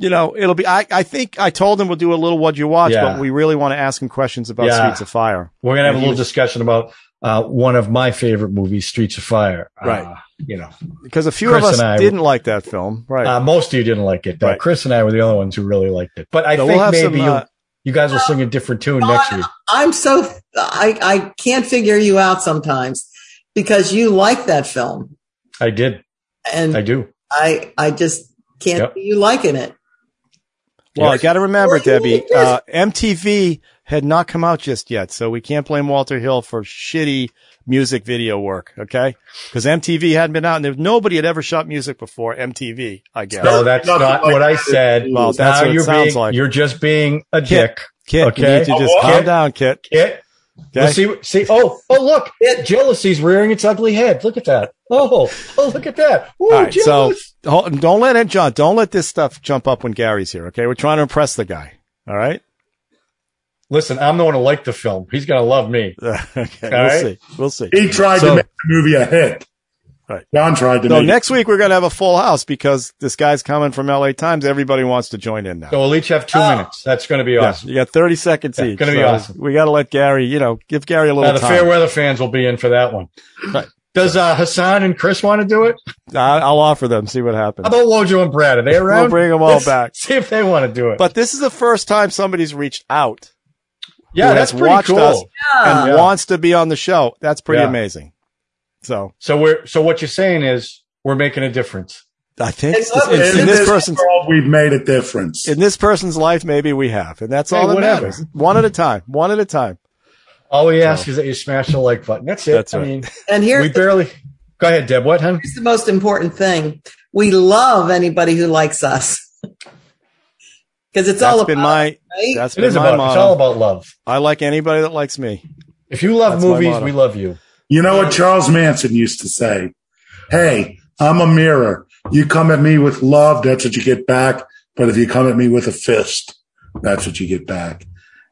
you know, it'll be. I, I think I told him we'll do a little what you watch, Yeah. but we really want to ask him questions about Yeah. Streets of Fire. We're going to have And a he little was- discussion about uh, one of my favorite movies, Streets of Fire. Uh, Right. you know, because a few Chris of us and I- didn't like that film, right? uh, most of you didn't like it. Though. Right. Chris and I were the only ones who really liked it. But I So we'll think have maybe some, you, uh, you guys will sing a different tune next week. I'm so I I can't figure you out sometimes because you like that film I did. and I do. I I just can't Yep. see you liking it. well, I Yes. got to remember, Well, he Debbie, did. uh, MTV had not come out just yet, so we can't blame Walter Hill for shitty music video work, okay? Because MTV hadn't been out, and there, nobody had ever shot music before MTV, I guess. No, that's Nothing not like what I that. said. Well, that's now what it you're sounds being, like. You're just being a Kit. dick. Kit, you Okay. need to just Oh, what? calm down, Kit. Kit, Let's see, see, oh, oh, look, it, jealousy's rearing its ugly head. Look at that. Oh, oh, look at that. Ooh, All right, so jealous. hold, don't let it jump. Don't let this stuff jump up when Gary's here. Okay, we're trying to impress the guy. All right. Listen, I'm the one who liked the film. He's going to love me. okay, we'll right. see. We'll see. He tried So- to make the movie a hit. Right. John tried to So make next week we're gonna have a full house because this guy's coming from LA Times. Everybody wants to join in now. So we'll each have two Oh. minutes. That's going to be Ah. Yeah, awesome. you got 30 seconds Yeah, each. gonna be so awesome. We got to let Gary, you know, give Gary a Now, little the time. Fairweather fans will be in for that one. Right. Does uh, Hassan and Chris want to do it? I- I'll offer them, see what happens. How about Wojo and Brad? Are they around? We'll bring them all Let's back. See if they want to do it. But this is the first time somebody's reached out yeah, who that's has pretty watched cool. us. Yeah. and Yeah. wants to be on the show. That's pretty Yeah. amazing. So So we're so what you're saying is we're making a difference. I think And this- what in, was in it? this person's world, we've made a difference. in this person's life, maybe we have, and that's Hey, all that whatever. matters. One at a time. One at a time. All we ask is that you smash the like button. That's it. That's I right. mean, And we here's the, barely. Go ahead, Deb. What, hun? here's the most important thing: we love anybody who likes us because it's all That's about been my right? that's It been is my about. It's all motto. about love. I like anybody that likes me. If you love That's my movies, motto. we love you. You know what Charles Manson used to say? Hey, I'm a mirror. You come at me with love, that's what you get back. But if you come at me with a fist, that's what you get back.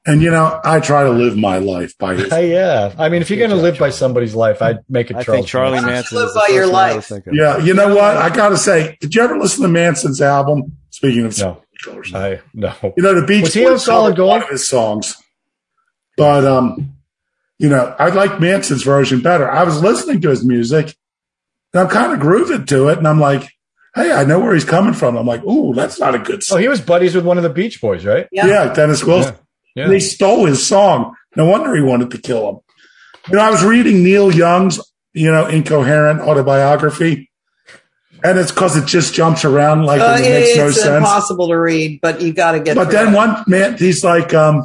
And you know, I try to live my life by his. Hey, yeah. I mean, if you're going to live by somebody's life, I'd make it I Charles. think Charlie Manson. Manson Live is the by first your one I life. was thinking. Yeah, you know what? I gotta say, did you ever listen to Manson's album? Speaking of, No. Killers. I no. you know, the Beach Was he on Boys Solid covered one Gold? of his songs, but um, you know, I like Manson's version better. I was listening to his music, and I'm kind of grooving to it, and I'm like, hey, I know where he's coming from. I'm like, ooh, that's not a good Oh, song. he was buddies with one of the Beach Boys, right? yeah. yeah, Dennis Wilson. Yeah. They stole his song. No wonder he wanted to kill him. You know, I was reading Neil Young's, you know, incoherent autobiography, and it's because it just jumps around like Uh, it makes no it's sense. impossible to read, but you got to get. But through then it. one man, he's like, um,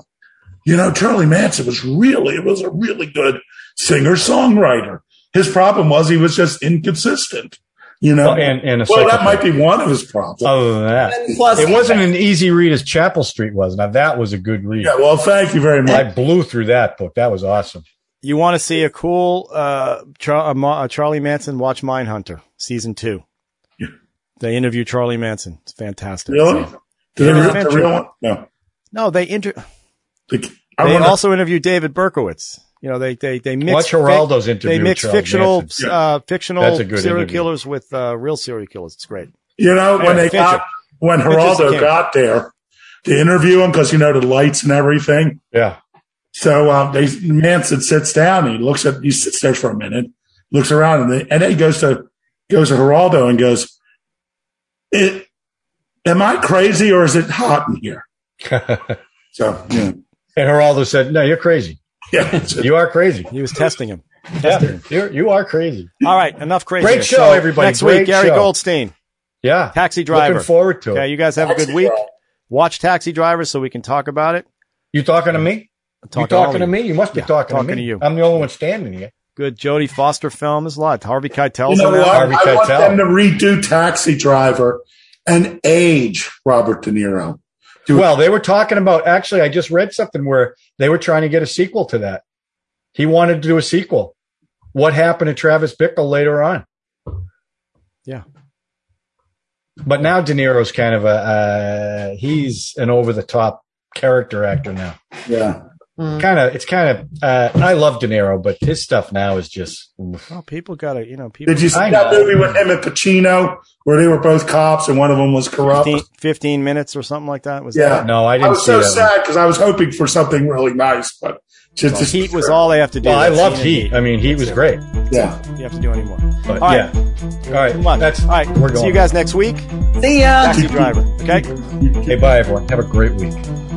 you know, Charlie Manson was really, it was a really good singer songwriter. His problem was he was just inconsistent, you know. Well, Oh, and and a well, that psychopath. might be one of his problems. Uh, Other than that, And plus, it wasn't an easy read as Chapel Street was. Now that was a good read. yeah. Well, thank you very I much. blew through that book. That was awesome. You want to see a cool uh, Char- a Ma- a Charlie Manson? Watch Mindhunter season two. Yeah. They interview Charlie Manson. It's fantastic. Really? So- Did Yeah, it the adventure. real one? No. no, they inter- The- I They wonder- also interview David Berkowitz. You know, they they they mix Watch fic- Geraldo's interview. they with mix Charles fictional Manson. uh, That's fictional a good serial interview. killers with uh, real serial killers. It's great. you know, when Anyway, they got, Fincher. when Fincher's the Geraldo king. got there to interview him, because, you know, the lights and everything. Yeah. So um, they, Manson sits down. He looks at. He sits there for a minute, looks around, and then, and then he goes to goes to Geraldo and goes, "It, am I crazy or is it hot in here?" and So yeah, Geraldo said, "No, you're crazy. yeah. it's just- You are crazy. He was testing him. Yeah, you're, you are crazy. All right, enough crazy. Great show, everybody. Next Great week, Gary show. Goldstein, Yeah, Taxi Driver. Looking forward to it. Okay, you guys have a good week. Watch Taxi Driver so we can talk about it. you talking to me? I'm You to all talking to of me? You must be Yeah, talking, to talking to me. you. I'm the only one standing here. Good Jodie Foster film. There's a lot. Harvey You Keitel's know in that. what? Harvey I want Keitel. them to redo Taxi Driver and age Robert De Niro. Do it. Well, they were talking about actually. I just read something where they were trying to get a sequel to that. He wanted to do a sequel. What happened to Travis Bickle later on? Yeah. But now De Niro's kind of a uh, he's an over the top character actor now. Yeah, Kind of it's kind of uh, I love De Niro, but his stuff now is just oof. Well, Oh, people got to, you know, people. did you see I that know. movie with him and Pacino where they were both cops and one of them was corrupt? 15, 15 minutes or something like that was Yeah. that? no. I I didn't was see so that. one. sad because I was hoping for something really nice, but just The heat was all they have to do. Well, I That's loved and Heat. I mean, Heat was great. Yeah. You have to do anymore. But All right. yeah, all right. Come on. That's All right. We're going. See you guys next week. See ya. Taxi Driver. Okay. Hey, bye everyone. Have a great week.